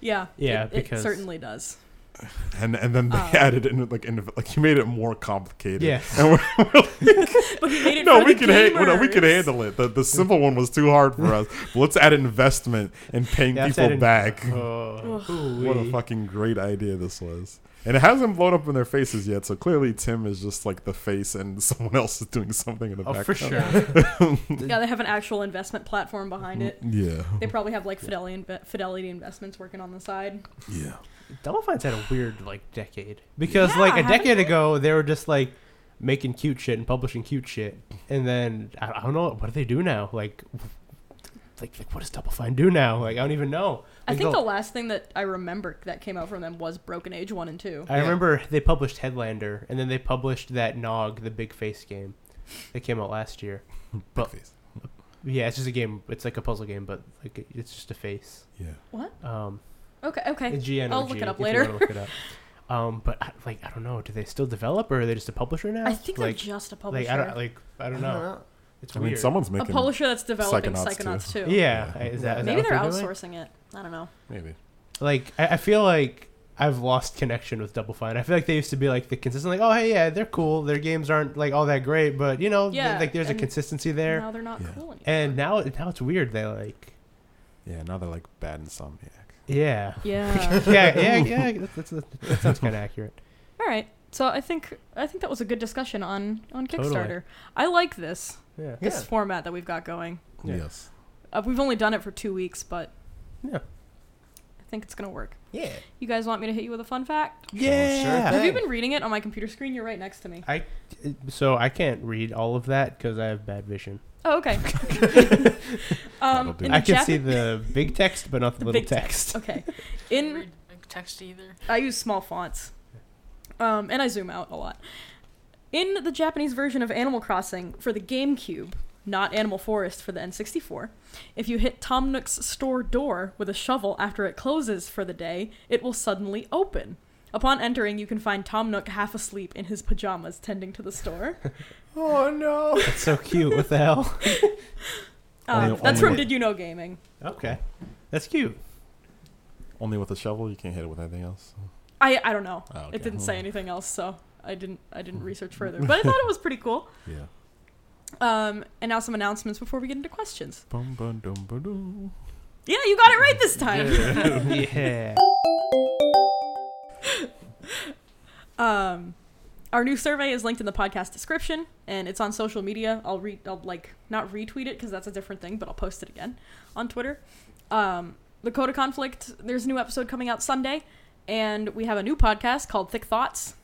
yeah. Yeah, it, because- it certainly [laughs] does. [laughs] and and then they Um, added in like in, like you made it more complicated. Yeah. And we're, But he made it no, for we the can ha- well, no, we gamers. can handle it. The, the simple one was too hard for us. Let's add investment and paying Yeah, I people said [laughs] in- back. Oh, What a ooh-wee. fucking great idea this was. And it hasn't blown up in their faces yet, so clearly Tim is just like the face and [laughs] someone else is doing something in the Oh, background. for sure. Yeah, they have an actual investment platform Mm-hmm. behind it. Yeah. They probably have like Fidelity, Inve- Fidelity Investments working on the side. Yeah. Double Fine's had a weird like decade because Yeah, like a haven't decade ago they were just like, making cute shit and publishing cute shit, and then I, I don't know what do they do now. Like, like, like what does Double Fine do now? Like, I don't even know. I Like, think the- the last thing that I remember that came out from them was Broken Age one and two. I Yeah. remember they published Headlander, and then they published that Nog, the Big Face game, that came out last year. But Face. yeah, it's just a game. It's like a puzzle game, but like it's just a face. Yeah. Um, Okay, okay. and GNOG, I'll look it up if you later. wanna look it up. Um, but I, like I don't know, do they still develop or are they just a publisher now? I think like, they're just a publisher. Uh-huh. like I don't like I don't know. It's I weird. mean, someone's a making publisher that's developing Psychonauts too. Psychonauts, too. yeah, Yeah. Is that, is that Maybe what they're doing? outsourcing it. I don't know. maybe. Like I, I feel like I've lost connection with Double Fine. I feel like they used to be like the consistent, like oh hey yeah they're cool. Their games aren't like all that great, but you know Yeah, like there's a and consistency there. Now they're not Yeah. cool anymore. And now now it's weird. They [laughs] like Yeah. Now they're like bad insomniac. yeah yeah. [laughs] [laughs] yeah yeah yeah. That's, that's, that sounds kind of accurate. All right. So I think I think that was a good discussion on on Totally. Kickstarter. I like this [laughs] Yeah. Yeah. this format that we've got going. Yeah. Yes. Uh, we've only done it for two weeks, but Yeah. I think it's gonna work. Yeah. You guys want me to hit you with a fun fact? Yeah. Have you Hey. been reading it on my computer screen? You're right next to me. So I can't read all of that because I have bad vision. [laughs] Oh, [laughs] okay. That'll um, in do. And I the can Jap- see the big text, but not the, The little big text. [laughs] Okay. Can't In read big text either. I use small fonts. Um, and I zoom out a lot. In the Japanese version of Animal Crossing for the GameCube, not Animal Forest for the N64, if you hit Tom Nook's store door with a shovel after it closes for the day, it will suddenly open. Upon entering, you can find Tom Nook half asleep in his pajamas tending to the store. [laughs] Oh no. That's so cute. What the [laughs] hell? Um, Only- that's from only- Did You Know Gaming. Okay, [laughs] that's cute. Only with a shovel, you can't hit it with anything else. I, I don't know. Oh, okay. It didn't say anything else, so I didn't I [laughs] didn't research further. But I thought it was pretty cool. Yeah. Um, and now some announcements before we get into questions. Bum, bum, dum, ba, doo. Yeah, you got it right this time. yeah. [laughs] Um, our new survey is linked in the podcast description, and it's on social media. I'll re- I'll like not retweet it because that's a different thing, but I'll post it again on Twitter. Um, the Coda Conflict. There's a new episode coming out Sunday, and we have a new podcast called Thick Thoughts.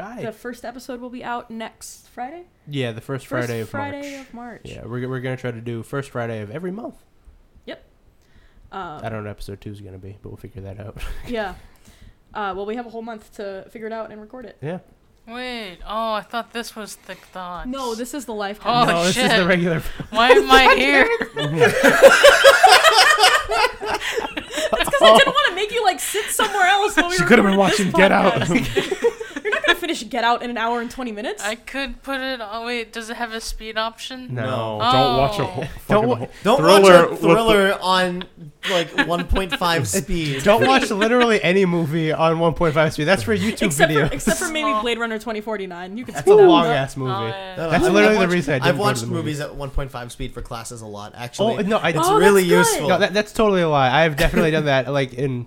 Hi. The first episode will be out next Friday. yeah, the first First Friday of Friday March. of March. Yeah, we're, we're gonna try to do first Friday of every month. Um, Oh. I don't know what episode two is gonna be, but we'll figure that out. Yeah. Uh, well, we have a whole month to figure it out and record it. yeah. Wait, oh, I thought this was thick thoughts. No, this is the life. Oh, [laughs] no, this is the shit. regular. [laughs] Why am I here? [laughs] That's because I Oh. didn't want to make you like sit somewhere else. [laughs] While Oh, we She could have been recorded this watching Get Out. [laughs] podcast. You're not gonna finish Get Out in an hour and twenty minutes. I could put it. Oh wait, does it have a speed option? No. Oh. Don't watch a whole, [laughs] Don't fucking wa- whole- Don't Thriller watch a with thriller on like [laughs] 1.5 speed. Don't watch literally any movie on 1.5 speed. That's for YouTube except videos. for except for maybe Small. Blade Runner 2049. You can That's a skip that. long ass movie. Oh, No, yeah. no, That's I've- literally I've the watched- reason I I've didn't go to watched the movies movies. at 1.5 speed for classes a lot. Actually, oh no, I it's Oh, that's really good. useful. No, that, that's totally a lie. I have definitely done that. Like in,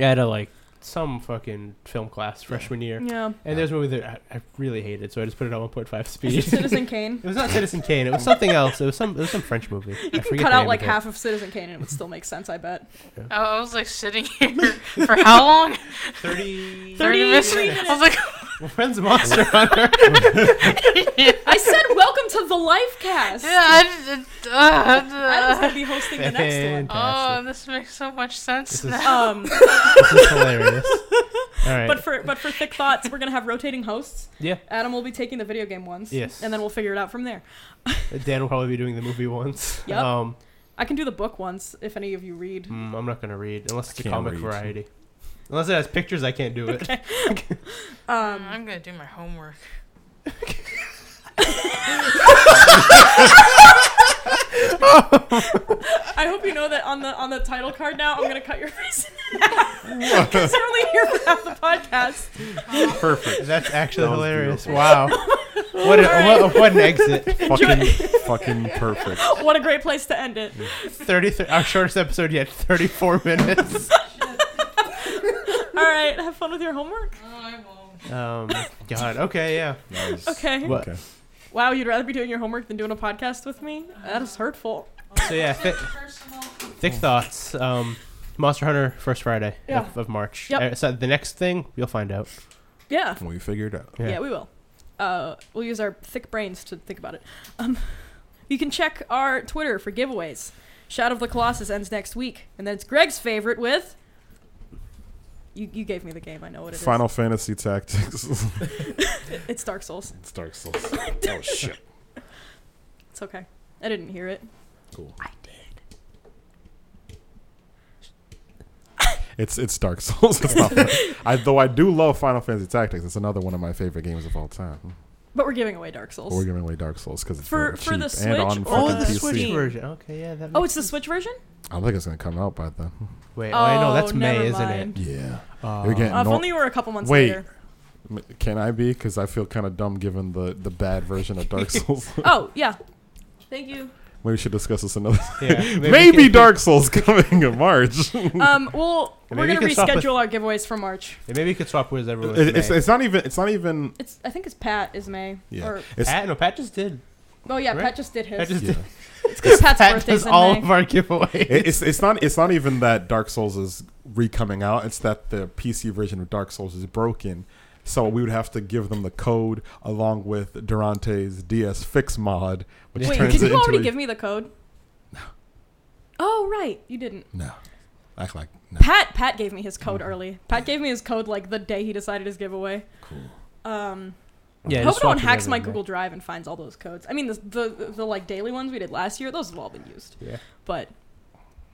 at a like some fucking film class freshman year, Yeah, and there's a movie that I, I really hated, so I just put it on [laughs] 1.5 speed. [laughs] it Citizen Kane. was not Citizen Kane. It was something else. It was some. It was some French movie. I You can forget cut the out name like of it. half of Citizen Kane and it would still make sense. I bet. Oh, I I was like sitting here for how long? [laughs] Thirty. 30 minutes. minutes. I was like, [laughs] [laughs] [laughs] Friends Monster Hunter. I said, "Welcome to the Life Cast." yeah, I, uh, I was uh, [laughs] gonna be hosting the next one. oh, Fantastic. this makes so much sense This is- now. [laughs] Um, this is [laughs] hilarious. All right. but for but for thick thoughts, we're gonna have rotating hosts. yeah, Adam will be taking the video game ones. Yes. And then we'll figure it out from there. Dan will probably be doing the movie once. Yep. Um, I can do the book ones if any of you read. mm, I'm not gonna read unless it's a can't comic read. variety. Unless it has pictures, I can't do it. Um, I'm gonna do my homework. I hope you know that on the on the title card now, I'm gonna cut your [laughs] face in half because you're only here for half the podcast. Perfect. That's actually That was hilarious. beautiful. [laughs] Wow. What, a, what, what an exit. fucking fucking perfect. What a great place to end it. 33, our shortest episode yet, 34 minutes. All right, have fun with your homework. No, oh, I won't. Um, God. Okay, yeah. That was- Okay. What- Okay. Wow, you'd rather be doing your homework than doing a podcast with me? That is hurtful. So, yeah, thi- Personal. thick thoughts. Um, Monster Hunter, first Friday Yeah. of, of March. Yep. Uh, so the next thing, you'll find out. Yeah. We figured out. Yeah, Yeah. we will. uh, we'll use our thick brains to think about it. Um, you can check our Twitter for giveaways. Shadow of the Colossus ends next week, and then it's Greg's favorite with. You, you gave me the game. I know what it is. Final Fantasy Tactics. [laughs] It's Dark Souls. it's [laughs] Dark Souls. oh shit. It's okay. I didn't hear it. Cool. I did. It's it's Dark Souls. It's not [laughs] fun. I, though I do love Final Fantasy Tactics. It's another one of my favorite games of all time. But we're giving away Dark Souls. But we're giving away Dark Souls because it's For- very for the cheap and on Switch fucking or Oh, the the PC. Switch Steam. version. Okay, yeah. That oh, makes it's the Switch version. I don't think it's gonna come out by then. Wait, oh, I know that's Oh, never May, isn't mind. it? Yeah. Uh, You're getting Uh, if nor- only you were a couple months Wait. later. M- Can I be? Because I feel kind of dumb given the, the bad version [laughs] of Dark Souls. Oh yeah. Thank [laughs] you. Maybe we should discuss this another. [laughs] yeah, Maybe, Dark Souls coming in March. It- Um, well, we're Yeah, maybe gonna you can stop reschedule with- our giveaways for March. Yeah, maybe you could swap with everyone. with it's, May. it's not even. It's not even. It's I think it's Pat is May. Yeah. Or, It's, Pat, no, Pat just did. oh yeah, Right? Pat just did his. [laughs] Pat just yeah. did. it's because Pat's Pat birthday's does in all May. of our giveaways. It- it's it's not it's not even that Dark Souls is re-coming out. It's that the PC version of Dark Souls is broken. So we would have to give them the code along with Durante's DS fix mod, which Wait, turns did it you into already a, give me the code? Oh right, you didn't. no. Act like no. Pat Pat gave me his code early. Pat gave me his code like the day he decided his giveaway. Cool. Um, yeah, hope just no swap one with hacks my Google [laughs] everyone, Drive and finds all those codes. I mean, the, the the like daily ones we did last year, those have all been used. Yeah. But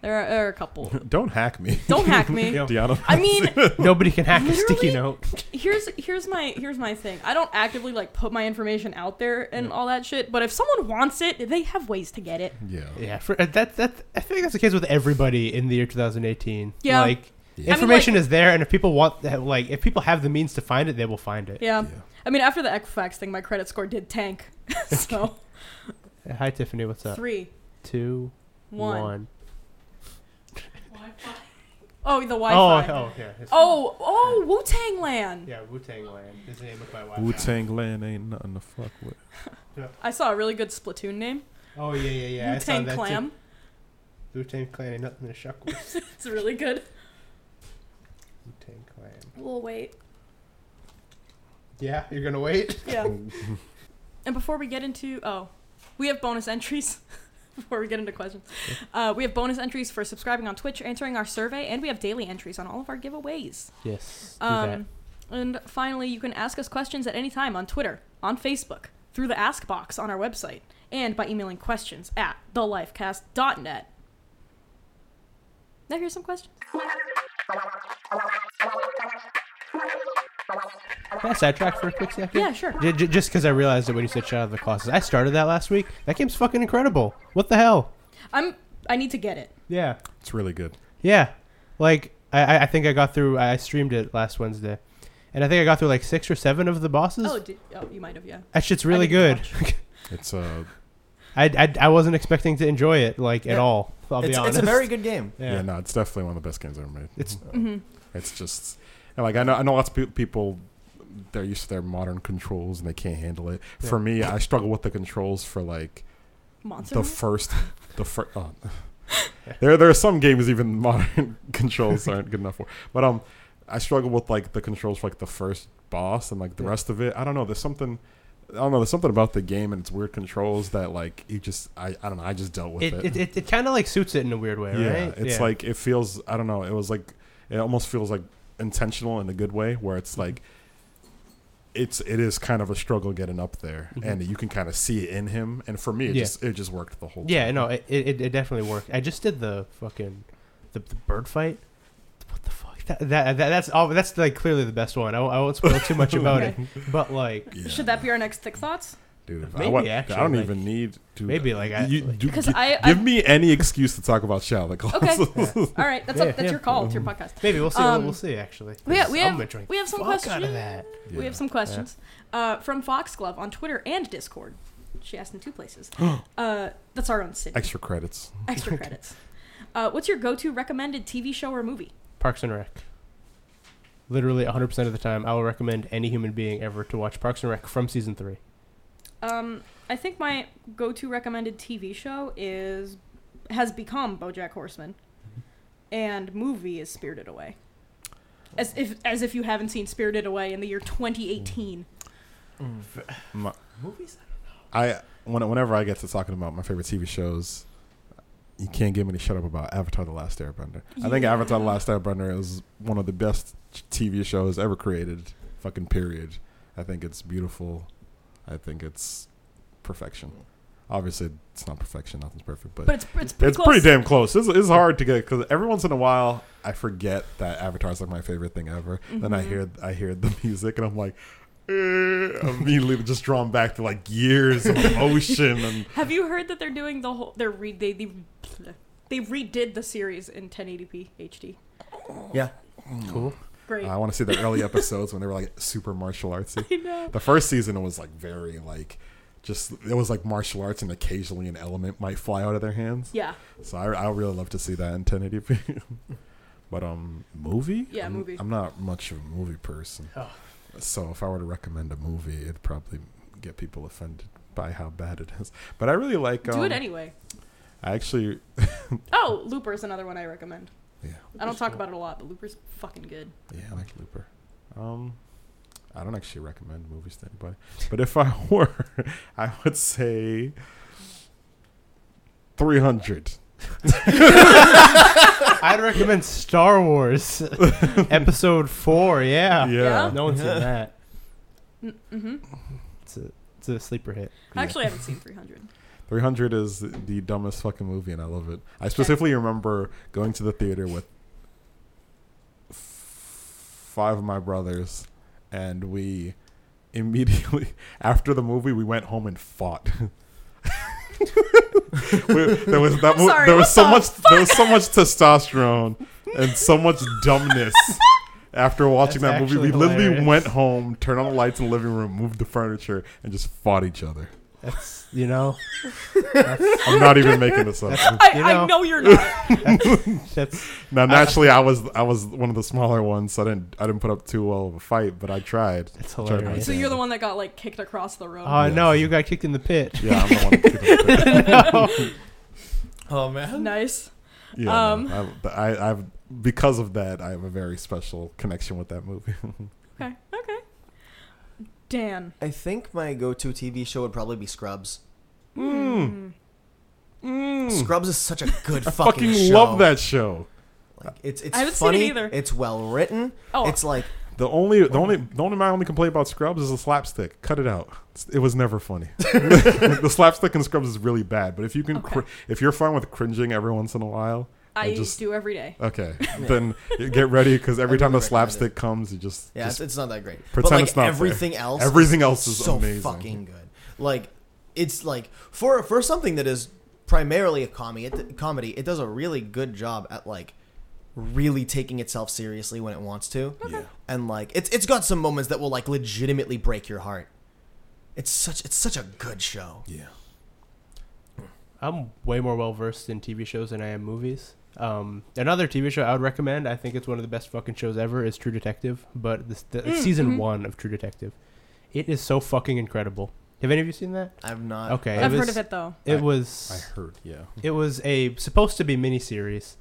there are, there are a couple. [laughs] Don't hack me, Don't [laughs] hack me. Yeah. Deanna. I mean, May. Nobody can hack a sticky Literally? note. here's here's my here's my thing. I don't actively like put my information out there and all that shit. But if someone wants it, they have ways to get it. Yeah. Yeah, for, uh, that that I feel like that's the case with everybody in the year 2018. Yeah. like Yeah. I mean, information is there, and if people want, that, like, if people have the means to find it, they will find it. Yeah. Yeah. I mean, after the Equifax thing, my credit score did tank. [laughs] so Uh, Hi, Tiffany. What's up? three, Two, one. one. Oh, the Wi-Fi. Oh, oh, yeah. it's- Oh, oh, Wu Tang Land. Yeah, Wu Tang Land is the name of my Wi-Fi. Wu Tang Land ain't nothing to fuck with. I saw a really good Splatoon name. Oh yeah, yeah, yeah. Wu Tang Clam. Wu Tang Clan ain't nothing to shuck with. It's really good. Wu Tang Clan. We'll wait. Yeah, you're gonna wait. Yeah. and before we get into oh, we have bonus entries. [laughs] before we get into questions, uh, we have bonus entries for subscribing on Twitch, answering our survey, and we have daily entries on all of our giveaways. Yes. Do Um, and finally, you can ask us questions at any time on Twitter, on Facebook, through the Ask box on our website, and by emailing questions at thelifecast.net. Now, here's some questions. that. Can I sidetrack for a quick second? Yeah, sure. J- j- just because I realized it when you said Shadow of the Colossus, I started that last week. That game's fucking incredible. What the hell? I'm. I need to get it. Yeah. It's really good. Yeah. Like I, I- I think I got through. I streamed it last Wednesday, and I think I got through like six or seven of the bosses. Oh, did, oh, you might have. Yeah. that shit's I really need to good. watch. It's uh [laughs] I, I, I wasn't expecting to enjoy it like at Yeah. all. I'll be It's, honest. it's a very good game. yeah. yeah. no, it's definitely one of the best games ever made. Mm-hmm. It's- Mhm. It's just and like I know I know lots of pe- people they're used to their modern controls and they can't handle it. Yeah. For me, I struggle with the controls for like Monster. the Hunter? first the first oh. there there are some games even [laughs] modern controls aren't good enough for. But um I struggle with like the controls for like the first boss and like the Yeah. rest of it. I don't know, there's something I don't know, there's something about the game and its weird controls that like you just I, I don't know, I just dealt with it, it, it, it kind of like suits it in a weird way, yeah, right? it's Yeah. like it feels. I don't know. It was like it almost feels like intentional in a good way, where Mm-hmm. it's like it's it is kind of a struggle getting up there, Mhm. and you can kind of see it in him. And for me, it Yeah. just it just worked the whole. yeah, time. no, it, it, it definitely worked. I just did the fucking the, the bird fight. What the fuck? That, that, that that's all. That's like clearly the best one. I, won't- I won't spoil [laughs] too much about it, but like Yeah. Should that be our next thick thoughts? dude? if I, Maybe, want, actually, I don't like- even need to. maybe like I you, like- do, Because gi- I- give I- me any excuse to talk about Shadow. Like, [laughs] Okay. All right, that's Yeah, up, that's yeah. your call. It's your podcast. maybe we'll see. Um, we'll, we'll see. Actually, we have- we I'm have- gonna drink we have some the fuck Out questions. of that. We have some questions uh, from Foxglove on Twitter and Discord. She asked in two [gasps] places. uh, that's our own city. extra credits. [laughs] Extra credits. Uh, what's your go-to recommended TV show or movie? Parks and Rec. Literally 100% of the time, I will recommend any human being ever to watch Parks and Rec from [laughs] season three. Um, I think my go-to recommended TV show is has become BoJack Horseman, and movie is Spirited Away. As if as if you haven't seen Spirited Away in the year 2018. My- Movies? I when, whenever I get to talking about my favorite TV shows, you can't get me to shut up about Avatar: The Last Airbender. I think Avatar: The Yeah. Last Airbender is one of the best TV shows ever created. Fucking period. I think it's beautiful. I think it's perfection. Obviously, it's not perfection. Nothing's perfect, but, But it's it's pretty it's close. pretty damn close. It's, it's hard to get because every once in a while I forget that Avatar's like my favorite thing ever. Then Mm-hmm. I hear I hear the [laughs] music and I'm like. "Eh," I'm immediately just drawn back to like [laughs] years of ocean and Have you heard that they're doing the whole? They're re they they, they redid the series in 1080p HD. Yeah. Cool. Great. I want to see the early episodes when they were like super martial artsy. [laughs] I know. The first season was like very like just it was like martial arts and occasionally an element might fly out of their hands. Yeah, So I I would really love to see that in 1080p. [laughs] but um movie? Yeah, I'm, movie. I'm not much of a movie person. Oh. So if I were to recommend a movie, it'd probably get people offended by how bad it is. But I really like um, do it anyway. I actually Oh, Looper's another one I recommend. yeah. I don't talk about it a lot, but Looper's fucking good. Yeah, I like Looper. Um, I don't actually recommend movies to anybody, but if I [laughs] were, I would say three hundred. I'd recommend Star [laughs] Wars Episode Four. Yeah. Yeah. No one's seen that. Mm-hmm. It's a it's a sleeper hit. I actually haven't seen 300. three hundred is the dumbest fucking movie, and I love it. I specifically remember going to the theater with f- five of my brothers, and we [laughs] immediately after the movie we went home and fought. [laughs] We- there was that I'm mo- sorry, there was what so the much there was so much testosterone and so much [laughs] dumbness after watching That's that movie. We actually literally hilarious. went home, turned on the lights in the living room, moved the furniture, and just fought each other. That's you Oh. know. That's, I'm not even making this up. [laughs] I, You I know- know you're not. [laughs] that's Now, naturally, I was I was one of the smaller ones, so I didn't I didn't put up too well of a fight, but I tried. that's Tried my hilarious. so best. you're the one that got like kicked across the road. Oh Yes. no, you got kicked in the pit. Yeah, I'm the one. That [laughs] kicked up the- Oh man. nice. yeah, Um. no, I, I, I've because of that, I have a very special connection with that movie. Okay. Okay. Dan. I think my go-to TV show would probably be Scrubs. Mm. Scrubs is such a [laughs] good [laughs] fucking, Hmm. Fucking show. love that show. Like, it's it's I haven't seen it funny. either. It's well written. Oh, It's like The only the only the only my only complaint about Scrubs is the slapstick. Cut it out. It's- It was never [laughs] funny. the slapstick in Scrubs is really bad. But if you can, cr- Okay. if you're fine with cringing every once in a while, I just- do every day. Okay, then you get ready because every I time the wouldn't recommend slapstick comes, you just, yeah, just it's, it's not that great. pretend but like it's not there. everything else. everything else is so amazing. fucking good. Like it's like for for something that is primarily a comedy, it, comedy, it does a really good job at like really taking itself seriously when it wants to, yeah. and like it's it's got some moments that will like legitimately break your heart. It's such it's such a good show. yeah, I'm way more well versed in TV shows than I am movies. Um, another TV show I would recommend. I think it's one of the best fucking shows ever. Is True Detective, but this, the season one of True Detective, it is so fucking incredible. Have any of you seen that? I've not Okay, Uh, I've was, heard of it though. It I- was I heard. Yeah, it was a supposed to be miniseries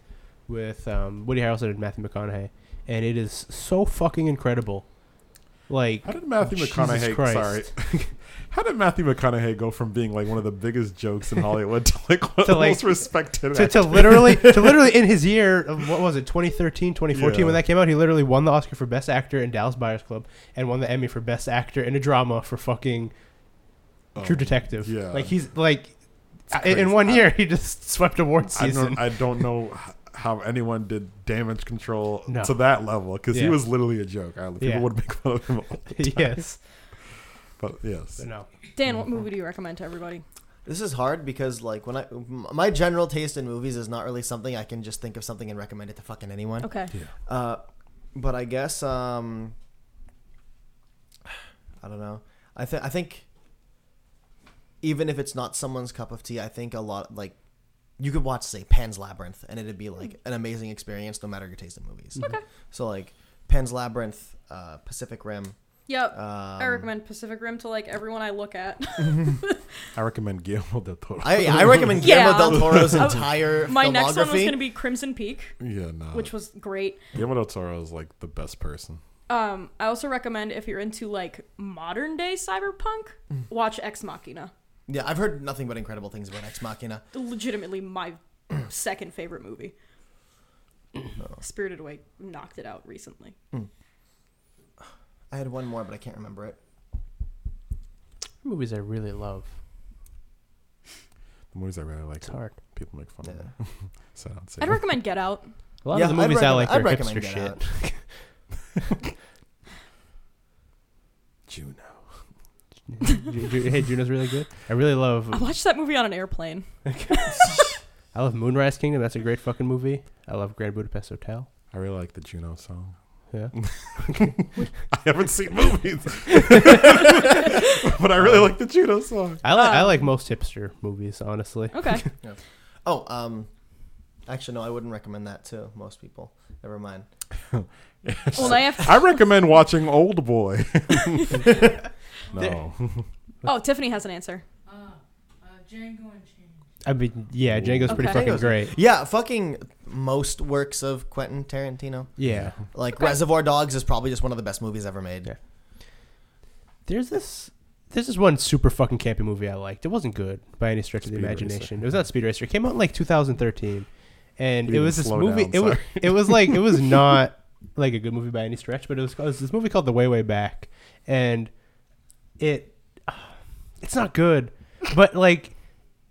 with um, Woody Harrelson and Matthew McConaughey, and it is so fucking incredible. Like how did Matthew Oh, Jesus McConaughey? Christ. Sorry, how did Matthew McConaughey go from being like one of the biggest jokes in Hollywood [laughs] to like one of the like- most respected? to, actor? to literally to literally in his year of what was it 2013 2014 when Yeah. that came out he literally won the Oscar for best actor in Dallas Buyers Club and won the Emmy for best actor in a drama for fucking Oh, True Um, Detective yeah. like he's like I- in crazy. one I- year he just swept award Oh, I season don't, I don't know h- how anyone did damage control No. to that level because he Yeah. was literally a joke. I, people Yeah. would make fun of him, [laughs] all- [laughs] yes but yes, no Dan, what movie do you recommend to everybody? This is hard because like when I m- my general taste in movies is not really something I can just think of something and recommend it to fucking anyone. Okay. Uh, but I guess um, [sighs] I don't know. I think I think even if it's not someone's cup of tea, I think a lot like you could watch say Pan's Labyrinth and it'd be like an amazing experience no matter your taste in movies. Okay. So like Pan's Labyrinth, uh, Pacific Rim. Yep. Um, I recommend Pacific Rim to like everyone I look at. I recommend Guillermo del Toro. I, yeah, [laughs] I recommend Guillermo Yeah. del Toro's Uh, entire My filmography. next one was going to be Crimson Peak, [laughs] yeah, no, which was great. Guillermo del Toro is like the best person. Um, I also recommend if you're into like modern day cyberpunk, watch Ex Machina. Yeah, I've heard nothing but incredible things about Ex Machina. Legitimately, my second favorite movie. Spirited Away knocked it out recently. I had one more, but I can't remember it. Movies I really love. The movies I really like, It's hard. people make fun of. them. Yeah. [laughs] So I don't say I'd that. recommend Get Out. A lot Yeah, of the I'd movies I recommend- like I'd are recommend hipster Get shit. Out. Juno. [laughs] Ju- Ju- hey, Juno's really good. I really I love. watched that movie on an airplane. I love Moonrise Kingdom. That's a great fucking movie. I love Grand Budapest Hotel. I really like the Juno song. Yeah. [laughs] I haven't seen movies, [laughs] but I really like the Juno song. I like I Um, like most hipster movies, honestly. Okay. Oh, um, actually, no, I wouldn't recommend that to most people. Never mind. well, I have. I recommend watching Old [laughs] Boy. [laughs] no, Oh, Tiffany has an answer. Uh, uh, Django Unchained. I mean, yeah, Django's pretty Okay. fucking Django's- great. Yeah, fucking most works of Quentin Tarantino. Yeah. Like Reservoir Dogs is probably just one of the best movies ever made. Yeah. There's this there's this one super fucking campy movie I liked. It wasn't good by any stretch of Speed the Racer. imagination. It was not Speed Racer. It came out in like 2013, and You it need was to this slow movie. down, it was sorry. it was like [laughs] it was not like a good movie by any stretch, but it was, it was this movie called The Way Way Back, and it [sighs] it's not good, but like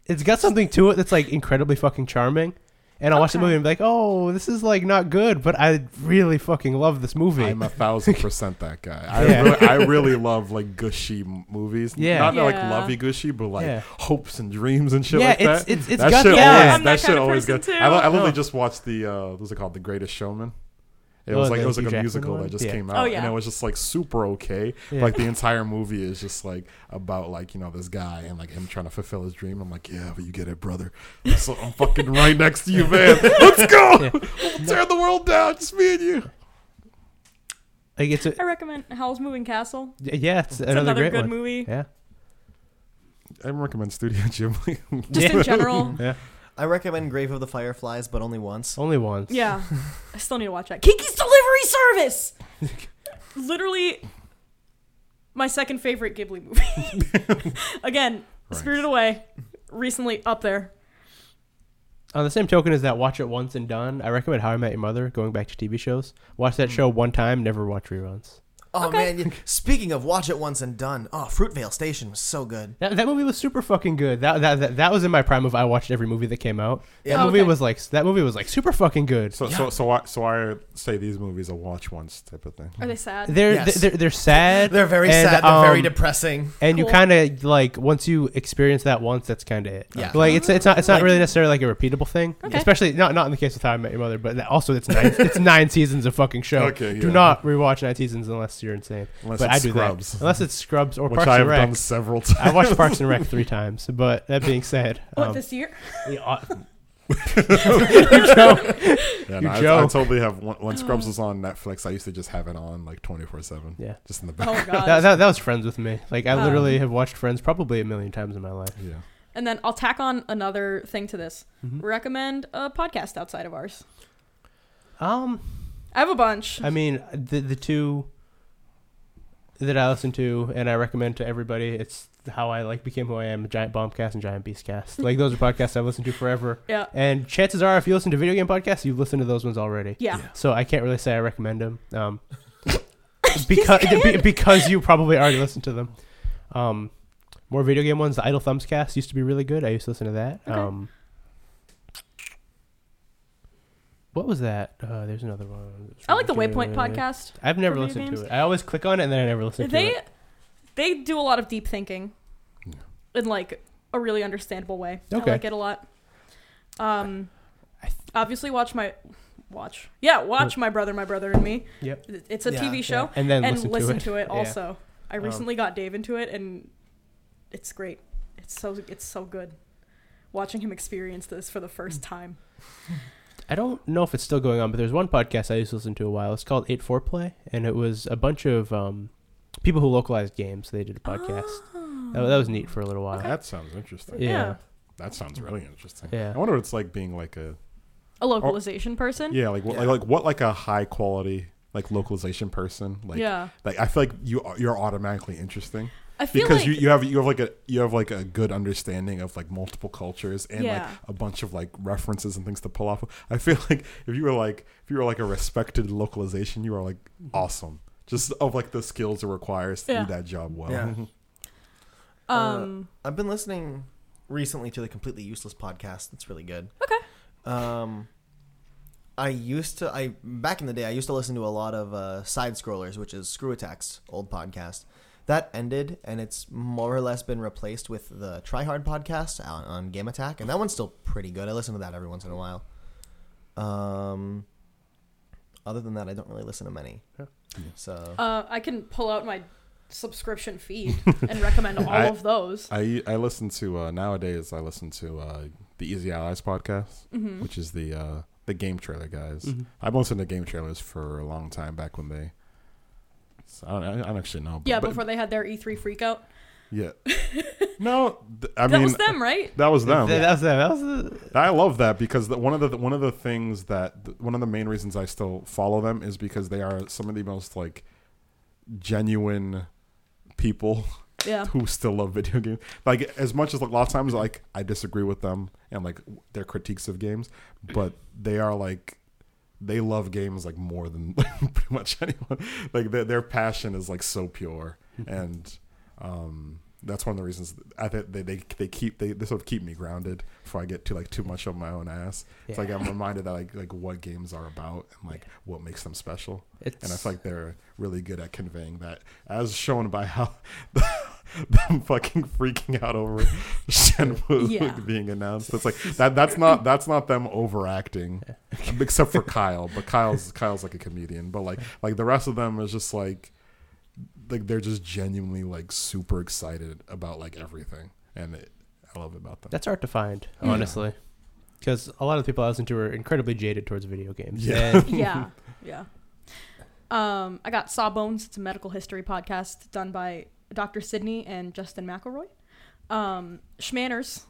it's got something to it that's like incredibly fucking charming. And I will watch the Okay. movie and be like, "Oh, this is like not good," but I really fucking love this movie. I'm a thousand percent that guy. I, Yeah. really, I really love like gushy m- movies. Yeah. not like Yeah. lovey gushy, but like Yeah. hopes and dreams and shit Yeah, like it's- that. it's- it's that got shit that. always, I'm Um, that, that shit kind of always person gets. too. I, li- I literally Oh. just watched the uh, what was it called, The Greatest Showman. It Oh, was like the it was like Hugh a Jackman musical one? that just Yeah. came Oh, out, yeah. and it was just like super okay. Yeah. Like the entire movie is just like about like you know this guy and like him trying to fulfill his dream. I'm like, yeah, but you get it, brother. So I'm fucking right next to you, [laughs] man. Let's go. We'll [laughs] tear the world down, just me and you. like it's a, I recommend Howl's Moving Castle. yeah, it's, It's another, another, great good one. movie. Yeah. I recommend Studio Ghibli. [laughs] Just in [laughs] general. Yeah. I recommend Grave of the Fireflies, but only once. Only once. Yeah. I still need to watch that. Kiki's Delivery Service! Literally, my second favorite Ghibli movie. [laughs] Again, Right. Spirited Away, recently up there. On Uh, the same token as that, watch it once and done. I recommend How I Met Your Mother. Going back to TV shows, watch Mm. that show one time, never watch reruns. Oh Okay. man! you- Speaking of watch it once and done. Oh, Fruitvale Station was so good. That, that movie was super fucking good. That, that that that was in my prime of I watched every movie that came out. Yeah. Oh, That movie Okay. was like that movie was like super fucking good. So, so, so, I, so I say these movies a watch once type of thing. Are they sad? They're Yes. they're, they're sad. They're very and, sad. They're very um, depressing. And you Cool. kind of like once you experience that once, that's kind of it. Yeah. Like it's it's not it's not Like- really necessarily like a repeatable thing. Okay. Especially not not in the case with How I Met Your Mother, but that- also it's [laughs] nine it's nine seasons of fucking show. Okay, Do yeah. not rewatch nine seasons unless you're insane. Unless but it's I do Scrubs. that. Unless it's Scrubs or Which Parks I have and Rec. done several [laughs] times. I watched Parks [laughs] and Rec three times, but that being said, [laughs] what, um, this year? [laughs] the au- Yeah, You no, I, I joke. totally have. [gasps] When, when Scrubs was on Netflix, I used to just have it on like twenty four seven. Yeah. just in the back. Oh, God. that, that, that was Friends with me. Like I Um, literally have watched Friends probably a million times in my life. Yeah, And then I'll tack on another thing to this. Mhm. Recommend a podcast outside of ours. Um, I have a bunch. I mean the the two that I listen to and I recommend to everybody. It's how I like became who I am: Giant Bombcast and Giant Beastcast. Like those are podcasts I've listened to forever. Yeah. And chances are, if you listen to video game podcasts, you've listened to those ones already. Yeah. So I can't really say I recommend them. [laughs] Um, because be, because you probably already listened to them. Um, more video game ones. The Idle Thumbs cast used to be really good. I used to listen to that. Okay. Um, what was that? Uh, there's another one. I like the Waypoint podcast. I've never for video listened games. to it. I always click on it and then I never listen They to it. they do a lot of deep thinking Yeah. in like a really understandable way. Okay. I like it a lot. Um, obviously watch my watch. Yeah, watch my brother, my brother and me. Yep. It's a Yeah, TV yeah. show, And then and listen, listen, to it. to it, [laughs] Yeah. Um, also. I recently got Dave into it, and it's great. It's so it's so good. Watching him experience this for the Mm. first time. I don't know if it's still going on, but there's one podcast I used to listen to a while. It's called Eight Foreplay, and it was a bunch of um, people who localized games. They did a Oh. podcast. That, that was neat for a little while. that sounds interesting. Yeah. Ah. Yeah. That sounds really interesting. Yeah. I wonder what it's like being like a A localization person. yeah, like what Yeah. Like, like what like a high quality like localization person. Like, Yeah. like I feel like you are- you're automatically interesting I feel because like you, you have you have like a you have like a good understanding of like multiple cultures and like Yeah. a bunch of like references and things to pull off. of. I feel [laughs] like if you were like if you were like a respected localization, you are like awesome. Just of like the skills it requires to Yeah. do that job well. Mm-hmm. Yeah. uh, um I've been listening recently to the completely useless podcast. It's really good. okay. Um, I used to I back in the day I used to listen to a lot of uh, side scrollers, which is Screw Attack's old podcast. That ended, and it's more or less been replaced with the Try Hard podcast on, on Game Attack, and that one's still pretty good. I listen to that every once in a while. Um, other than that, I don't really listen to many. Yeah. So Uh, I can pull out my subscription [laughs] feed and recommend all I- of those. I I listen to uh, nowadays. I listen to uh, the Easy Allies podcast, Mm-hmm. which is the uh, the game trailer guys. Mm-hmm. I've been listening to game trailers for a long time back when they. so I don't, I don't actually know. yeah, but- before they had their E3 freakout. Yeah. [laughs] no, th- I That mean was them, right? That was them. That, that was that. That was the, I love that because the, one of the one of the things that one of the main reasons I still follow them is because they are some of the most like genuine people Yeah. [laughs] who still love video games. Like as much as like, a lot of times like I disagree with them and like their critiques of games, but they are like they love games like more than [laughs] pretty much anyone. Like their their passion is like so pure, and um, that's one of the reasons I think they, they they keep they, they sort of keep me grounded before I get too like too much of my own ass. It's like I'm reminded that like like what games are about and like what makes them special. It's- and I feel like they're really good at conveying that, as shown by how [laughs] them fucking freaking out over [laughs] Shenmue Yeah. being announced. It's like that. That's not that's not them overacting, except for Kyle. But Kyle's Kyle's like a comedian. But like like the rest of them is just like like they're just genuinely like super excited about like everything, and it, I love it about them. that's hard to find, honestly, because a lot of the people I listen to are incredibly jaded towards video games. [laughs] Yeah. And yeah, yeah. Um, I got Sawbones. It's a medical history podcast done by Dr. Sydney and Justin McElroy. Um, Schmanners,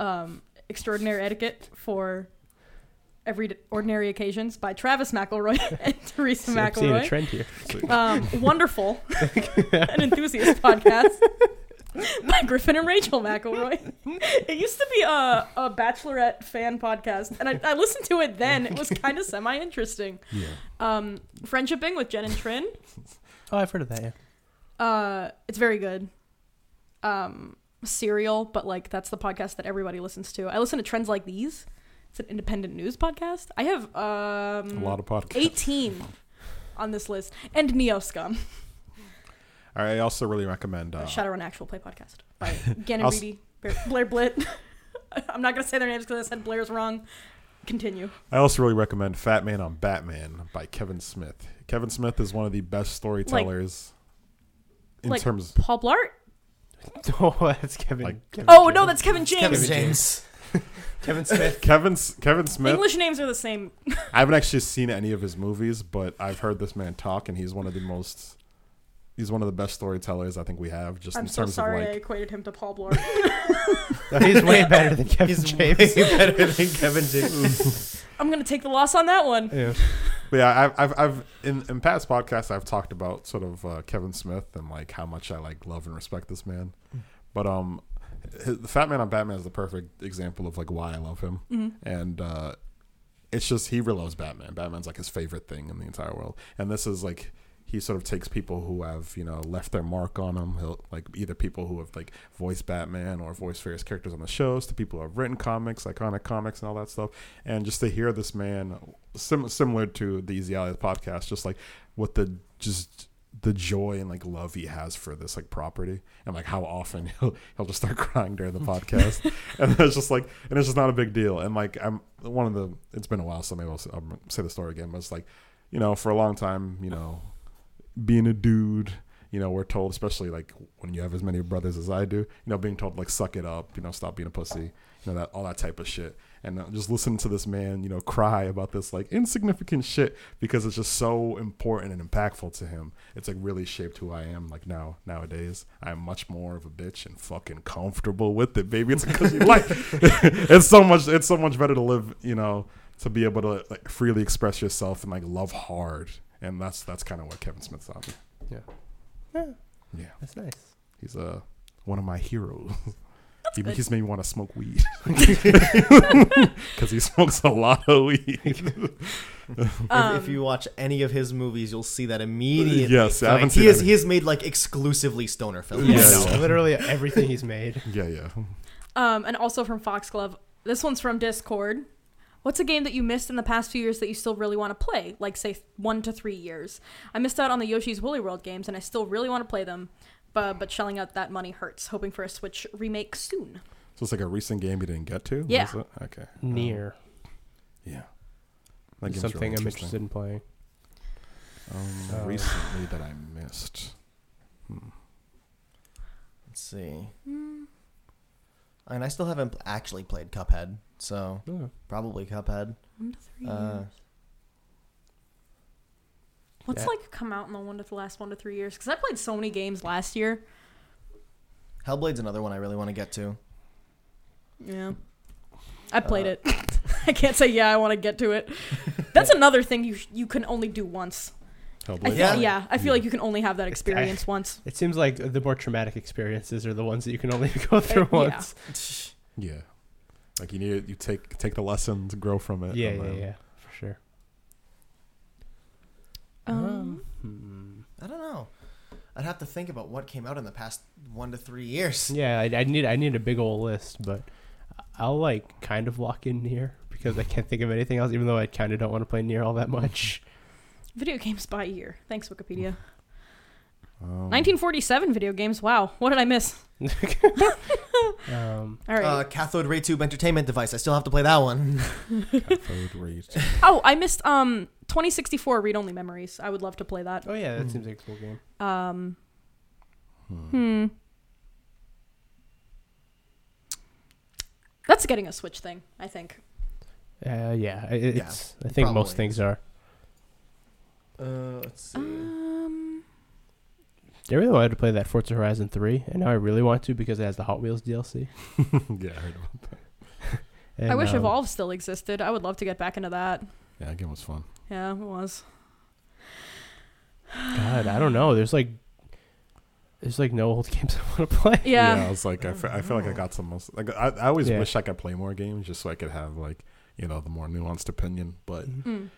um, Extraordinary Etiquette for Every Ordinary Occasions by Travis McElroy [laughs] and Teresa I'm seeing a McElroy. trend here. [laughs] Um, Wonderful, [laughs] an enthusiast podcast [laughs] by Griffin and Rachel McElroy. It used to be a, a Bachelorette fan podcast, and I, I listened to it then. It was kind [laughs] of semi interesting Yeah, um, friendshiping with Jen and Trin. Oh, I've heard of that. Yeah. Uh, it's very good. Um, Serial, but like that's the podcast that everybody listens to. I listen to Trends Like These. It's an independent news podcast. I have a um, lot of podcasts. eighteen on this list, and Neo Scum, I also really recommend. Uh, Shadowrun Actual Play podcast by Gannon [laughs] I'll s- Reedy, Blair, Blair Blitt. [laughs] I'm not gonna say their names because I said Blair's wrong. Continue. I also really recommend Fat Man on Batman by Kevin Smith. Kevin Smith is one of the best storytellers in like- terms. Paul Blart. [laughs] Oh, that's Kevin. Like- Kevin Oh James. no, that's Kevin James. Kevin James. James. [laughs] Kevin Smith. [laughs] Kevin S- Kevin Smith. English names are the same. I haven't actually seen any of his movies, but I've heard this man talk, and he's one of the most. He's one of the best storytellers I think we have, just I'm in so terms sorry of I like. equated him to Paul Blart. [laughs] Oh, He's [laughs] way better than Kevin He's James. way better than Kevin James. I'm gonna take the loss on that one. [laughs] yeah. But yeah, I've, I've, I've in, in past podcasts I've talked about sort of uh, Kevin Smith and like how much I like love and respect this man, but um, his, the Fat Man on Batman is the perfect example of like why I love him, and uh, it's just he really loves Batman. Batman's like his favorite thing in the entire world, and this is like he sort of takes people who have you know left their mark on him. He'll like either people who have like voiced Batman or voiced various characters on the shows to people who have written comics, iconic comics, and all that stuff. And just to hear this man, sim- similar to the Easy Allies podcast, just like what the just the joy and like love he has for this like property and like how often [laughs] he'll he'll just start crying during the podcast and it's just like and it's just not a big deal and like I'm one of the it's been a while so maybe I'll, s will say the story again but it's like you know for a long time you know being a dude you know we're told especially like when you have as many brothers as I do you know being told like suck it up you know stop being a pussy you know that all that type of shit and uh, just listening to this man you know cry about this like insignificant shit because it's just so important and impactful to him it's like really shaped who i am like now nowadays i'm much more of a bitch and fucking comfortable with it baby it's because you like [laughs] it's so much it's so much better to live you know to be able to like freely express yourself and like love hard and that's that's kind of what Kevin Smith taught me. Yeah. Yeah. yeah. That's nice. He's uh, one of my heroes. He, good. he's made me want to smoke [laughs] weed [laughs] because he smokes a lot of weed. Um, if, if you watch any of his movies, you'll see that immediately. Yes, I haven't Like, seen he has any. he has made like exclusively stoner films. Yeah. Yes. Yes. Literally everything he's made. yeah, yeah. Um, and also from Foxglove. This one's from Discord. What's a game that you missed in the past few years that you still really want to play? Like, say, one to three years. I missed out on the Yoshi's Woolly World games, and I still really want to play them, but, but shelling out that money hurts. Hoping for a Switch remake soon. So it's like a recent game you didn't get to. Yeah. Is it? Okay. Um, Near. Yeah. Oh, That game's something really I'm interesting. interested in playing. Um, Uh, recently that I missed. Hmm. Let's see. Mm, I mean, I still haven't pl- actually played Cuphead, so Oh. probably Cuphead. One to three Uh, years. What's Yeah. like come out in the one to the last one to three years? Because I played so many games last year. Hellblade's another one I really want to get to. Yeah. I played it. [laughs] I can't say yeah. I want to get to it. That's another thing you sh- you can only do once. I Hellblade. feel, yeah. Yeah. I feel like you can only have that It's- experience once. It seems like the more traumatic experiences are the ones that you can only [laughs] go through yeah. once. Yeah. Like you need you take take the lessons, grow from it. Yeah, and yeah, yeah, then- for sure. Um, Um, I don't know. I'd have to think about what came out in the past one to three years. yeah, I, I need I need a big old list, but I'll like kind of lock in near because I can't think of anything else. Even though I kind of don't want to play near all that much. [laughs] video games by year. Thanks, Wikipedia. Um, 1947 video games. Wow. What did I miss? um, All right. Uh, cathode ray tube entertainment device. I still have to play that one. cathode rays. oh, I missed um 2064 read only memories. I would love to play that. oh yeah, that seems like a cool game. Um. Hmm. Hmm. That's getting a Switch thing, I think. Uh, yeah, i- it's. I think probably. most things are. Uh, let's see. Um, I really wanted to play that Forza Horizon 3, and now I really want to because it has the Hot Wheels DLC. Hmm. [laughs] yeah, I heard about that. I And, wish um, Evolve still existed. I would love to get back into that. Yeah, that game was fun. Yeah, it was. God, I don't know. There's like, there's like no old [laughs] games I want to play. [laughs] Yeah. Oh. I was like, I, fe- I feel like I got some. Most, like, I, I always Yeah. wish I could play more games just so I could have like you know the more nuanced opinion. But Mm.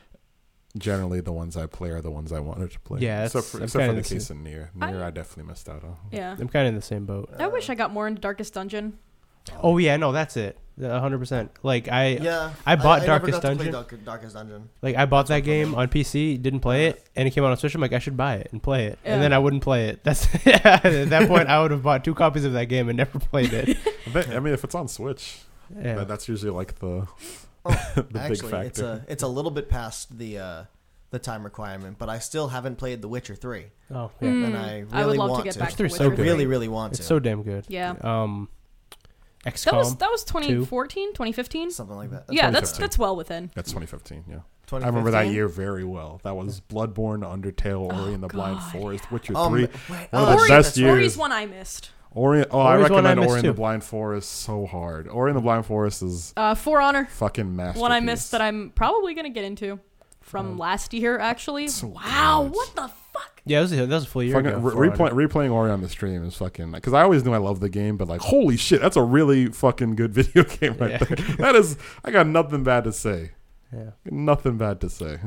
generally, the ones I play are the ones I wanted to play. Yeah, except that's- for, I'm except for kinda the the same. case in near I- near, I, definitely missed out on. Yeah. I'm kind of in the same boat. Uh, I wish I got more into Darkest Dungeon. Oh yeah, no, that's it. A hundred percent. Like I, Yeah. I bought never Darkest got to play Dungeon. Dark- Darkest Dungeon. like I bought that what I'm game on PC, didn't play it, and it came out on Switch. I'm like, I should buy it and play it, Yeah. and then I wouldn't play it. That's [laughs] at that point, I would have bought two copies of that game and never [laughs] [laughs] played it. I, bet, I mean, if it's on Switch, Yeah. that, that's usually like the [laughs] Oh, [laughs] the big Actually, factor. it's a it's a little bit past the uh, the time requirement, but I still haven't played The Witcher Three. oh yeah, Mm. And I I would really love to want get to. back Witcher to three's Witcher so good. three. Really, really want it's to. so damn good. Yeah. Um, That was XCOM. that was 2014, 2015. Something like that. yeah, that's 2015. that's well within. That's 2015. Yeah, 2015? I remember that year very well. That was Bloodborne, Undertale, Ori and the Blind Oh, God, Forest, Witcher Um, Three. wait, one of oh, the Ori- best that's years. Ori's one I missed. Ori, oh, I Ori's one I recommend missed Ori and the too. Blind Forest so hard. Ori and the Blind Forest is Uh, For Honor, fucking masterpiece. one I missed that I'm probably gonna get into from Um, last year actually. so wow, good. what the fuck? Yeah, it was, that was a full year Fucking ago. re- replay, for Honor. replaying Ori on the stream is fucking because I always knew I loved the game, but like holy shit, that's a really fucking good [laughs] video game [laughs] right [laughs] Yeah. there. That is, I got nothing bad to say. Yeah. Nothing bad to say.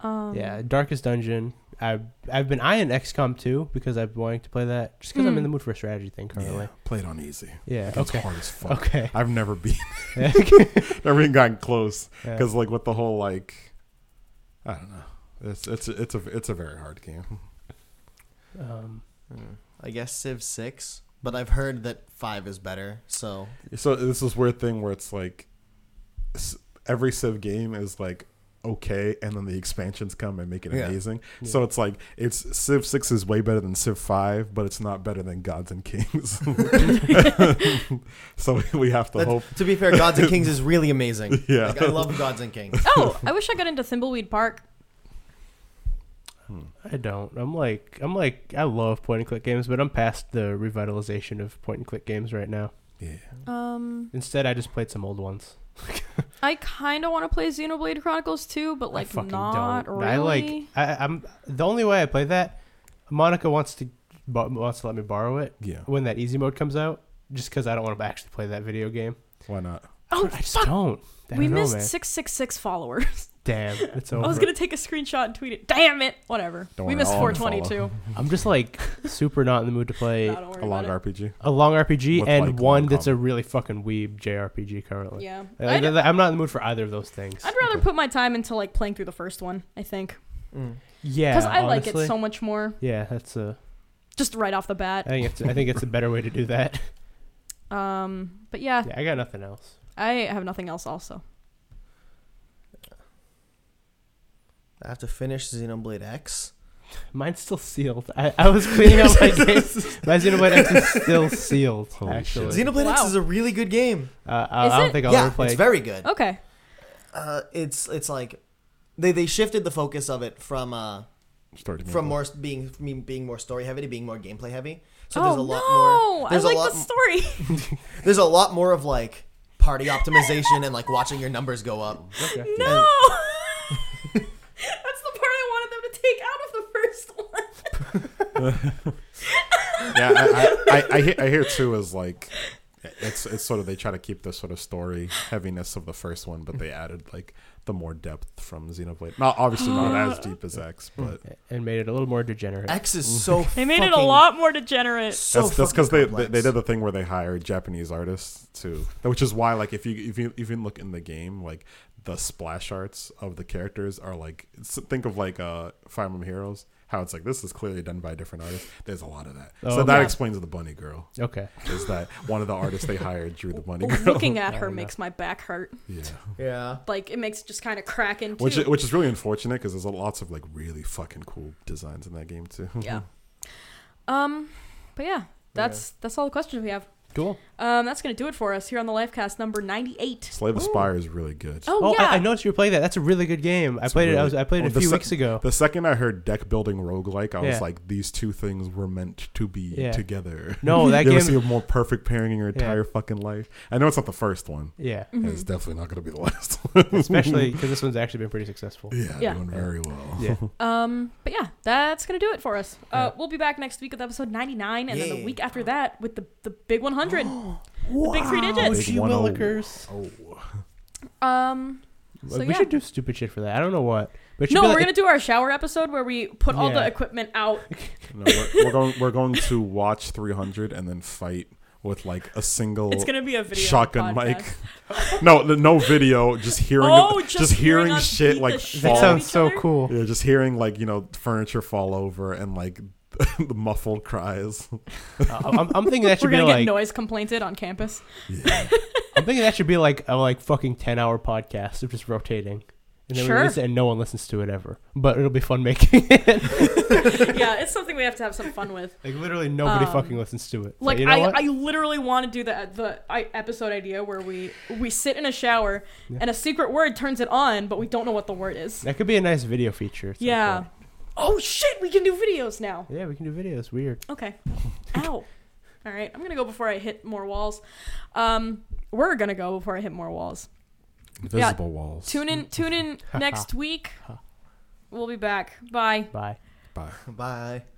Um, Yeah, Darkest Dungeon. I've I've been eyeing XCOM 2 because I've been wanting to play that just because I'm Mm. in the mood for a strategy thing currently. play it on easy. Yeah. It's okay. hard as fuck. [laughs] Okay. [laughs] I've never been, never even gotten close Yeah. because like with the whole like, I don't know. It's it's it's a it's a very hard game. Um, Hmm. I guess Civ Six, but I've heard that Five is better. So So this is weird thing where it's like s- every Civ game is like okay, and then the expansions come and make it Yeah. amazing. So it's like it's Civ Six is way better than Civ Five, but it's not better than Gods and [laughs] Kings. [laughs] so we have to That's- hope. to be fair, [laughs] Gods and Kings is really amazing. Yeah. Like, I love Gods and Kings. [laughs] oh, I wish I got into Thimbleweed Park. I don't. I'm like I'm like I love point and click games, but I'm past the revitalization of point and click games right now. Yeah, Um, Instead, I just played some old ones. I kind of want to play Xenoblade Chronicles 2, but like not really. I like. I, I'm the only way I play that. Monica wants to bo- wants to let me borrow it Yeah. when that easy mode comes out, just because I don't want to actually play that video game. Why not? oh, I just fuck. don't. I we don't know, missed man. 666 followers. Damn, it's [laughs] over. I was going to take a screenshot and tweet it. Damn it. Whatever. Don't we worry, missed I'll unfollow. 422. I'm just like super not in the mood to [laughs] play Nah, don't worry A long about it. RPG. a long RPG With, and like, one long that's a really fucking weeb JRPG currently. Yeah. Like, I'd, th- I'm not in the mood for either of those things. I'd rather put my time into like playing through the first one, I think. Mm. yeah, Because I like it honestly. so much more Yeah, that's a. just right off the bat. I think it's. I think it's a better way to do [laughs] that. Um, but yeah, Yeah, I got nothing else. I have nothing else also. I have to finish Xenoblade X. Mine's still sealed. I, I was cleaning [laughs] up my games. My Xenoblade X is still sealed. Holy actually, shit. Xenoblade X Wow. is a really good game. uh, I, Is I don't it? think I'll yeah, ever play. it's very good. Okay. Uh, it's it's like they they shifted the focus of it from uh Starting from over. more s- being me being more story heavy to being more gameplay heavy. So oh, there's a lot no. more. There's I a like lot the story. There's a lot more of like party optimization and like watching your numbers go up. Okay. no. [laughs] That's the part I wanted them to take out of the first one. yeah, I, I, I, I, hear, I hear too is like it's it's sort of they try to keep the sort of story heaviness of the first one, but they added like the more depth from Xenoblade. Not obviously not as deep as X, but And made it a little more degenerate. X is so. They made it a fucking- lot more degenerate. So Mm. that's that's because fucking they, they complex. they did the thing where they hired Japanese artists to, which is why like if you if you even look in the game like the splash arts of the characters are like s- think of like uh Fire Emblem Heroes. How it's like this is clearly done by a different artist. There's a lot of that, so Oh, that yeah. explains the bunny girl. Okay. Is that one of the artists they hired drew the [laughs] bunny girl? Looking at her makes my back hurt. Yeah, Yeah. Like it makes it just kind of crack into. which which is really unfortunate because there's lots of like really fucking cool designs in that game too. yeah. Um, but yeah, that's that's all the questions we have. Cool. Um, that's gonna do it for us here on the Lifecast number ninety-eight. Slay the Spire is really good. Oh, Oh, yeah. I, I noticed you were playing that. That's a really good game. I played it. I really- was. I played Oh, it a the few sec- weeks ago. The second I heard deck building roguelike, I Yeah. was like, these two things were meant to be Yeah. together. [laughs] No, that you game. ever see a more perfect pairing in your entire fucking life? I know it's not the first one. [laughs] yeah. Mm-hmm. and It's definitely not going to be the last one. [laughs] Especially because this one's actually been pretty successful. yeah, Yeah. doing very well. Yeah. Um, but yeah, that's gonna do it for us. Uh, Yeah. we'll be back next week with episode ninety-nine, and then the Yay. week after that with the the big one hundred, the big three Oh, digits. Big gee 10. willikers. [laughs] Oh, Um, So, we yeah. should do stupid shit for that. I don't know what. But it should no, be we're like- gonna do our shower episode where we put all the Yeah. equipment out. no, we're, we're going. We're going to watch 300 and then fight with like a single. It's gonna be a video shotgun podcast. [laughs] mic. [laughs] no, the- no video. Just hearing. Oh, just, just hearing, hearing us shit beat like the shit fall. That Follow sounds each so other? cool. [laughs] Yeah, just hearing like you know furniture fall over and like [laughs] the muffled cries. [laughs] Uh, I'm, I'm thinking that We're should be gonna get like. noise complainted on campus. Yeah. I'm thinking that should be like a like fucking ten hour podcast of just rotating. And then we Sure. release it and no one listens to it ever. But it'll be fun making [laughs] it. yeah, it's something we have to have some fun with. like literally nobody Um, fucking listens to it. But Like you know I, what? I literally want to do the the I, episode idea where we we sit in a shower Yeah. and a secret word turns it on, but we don't know what the word is. that could be a nice video feature. at some Yeah. point. Oh shit, we can do videos now. Yeah, we can do videos. Weird. Okay. Ow. All right, I'm gonna go before I hit more walls. Um, we're gonna go before I hit more walls. Invisible walls. Tune in, tune in next week. We'll be back. Bye. Bye. Bye. Bye.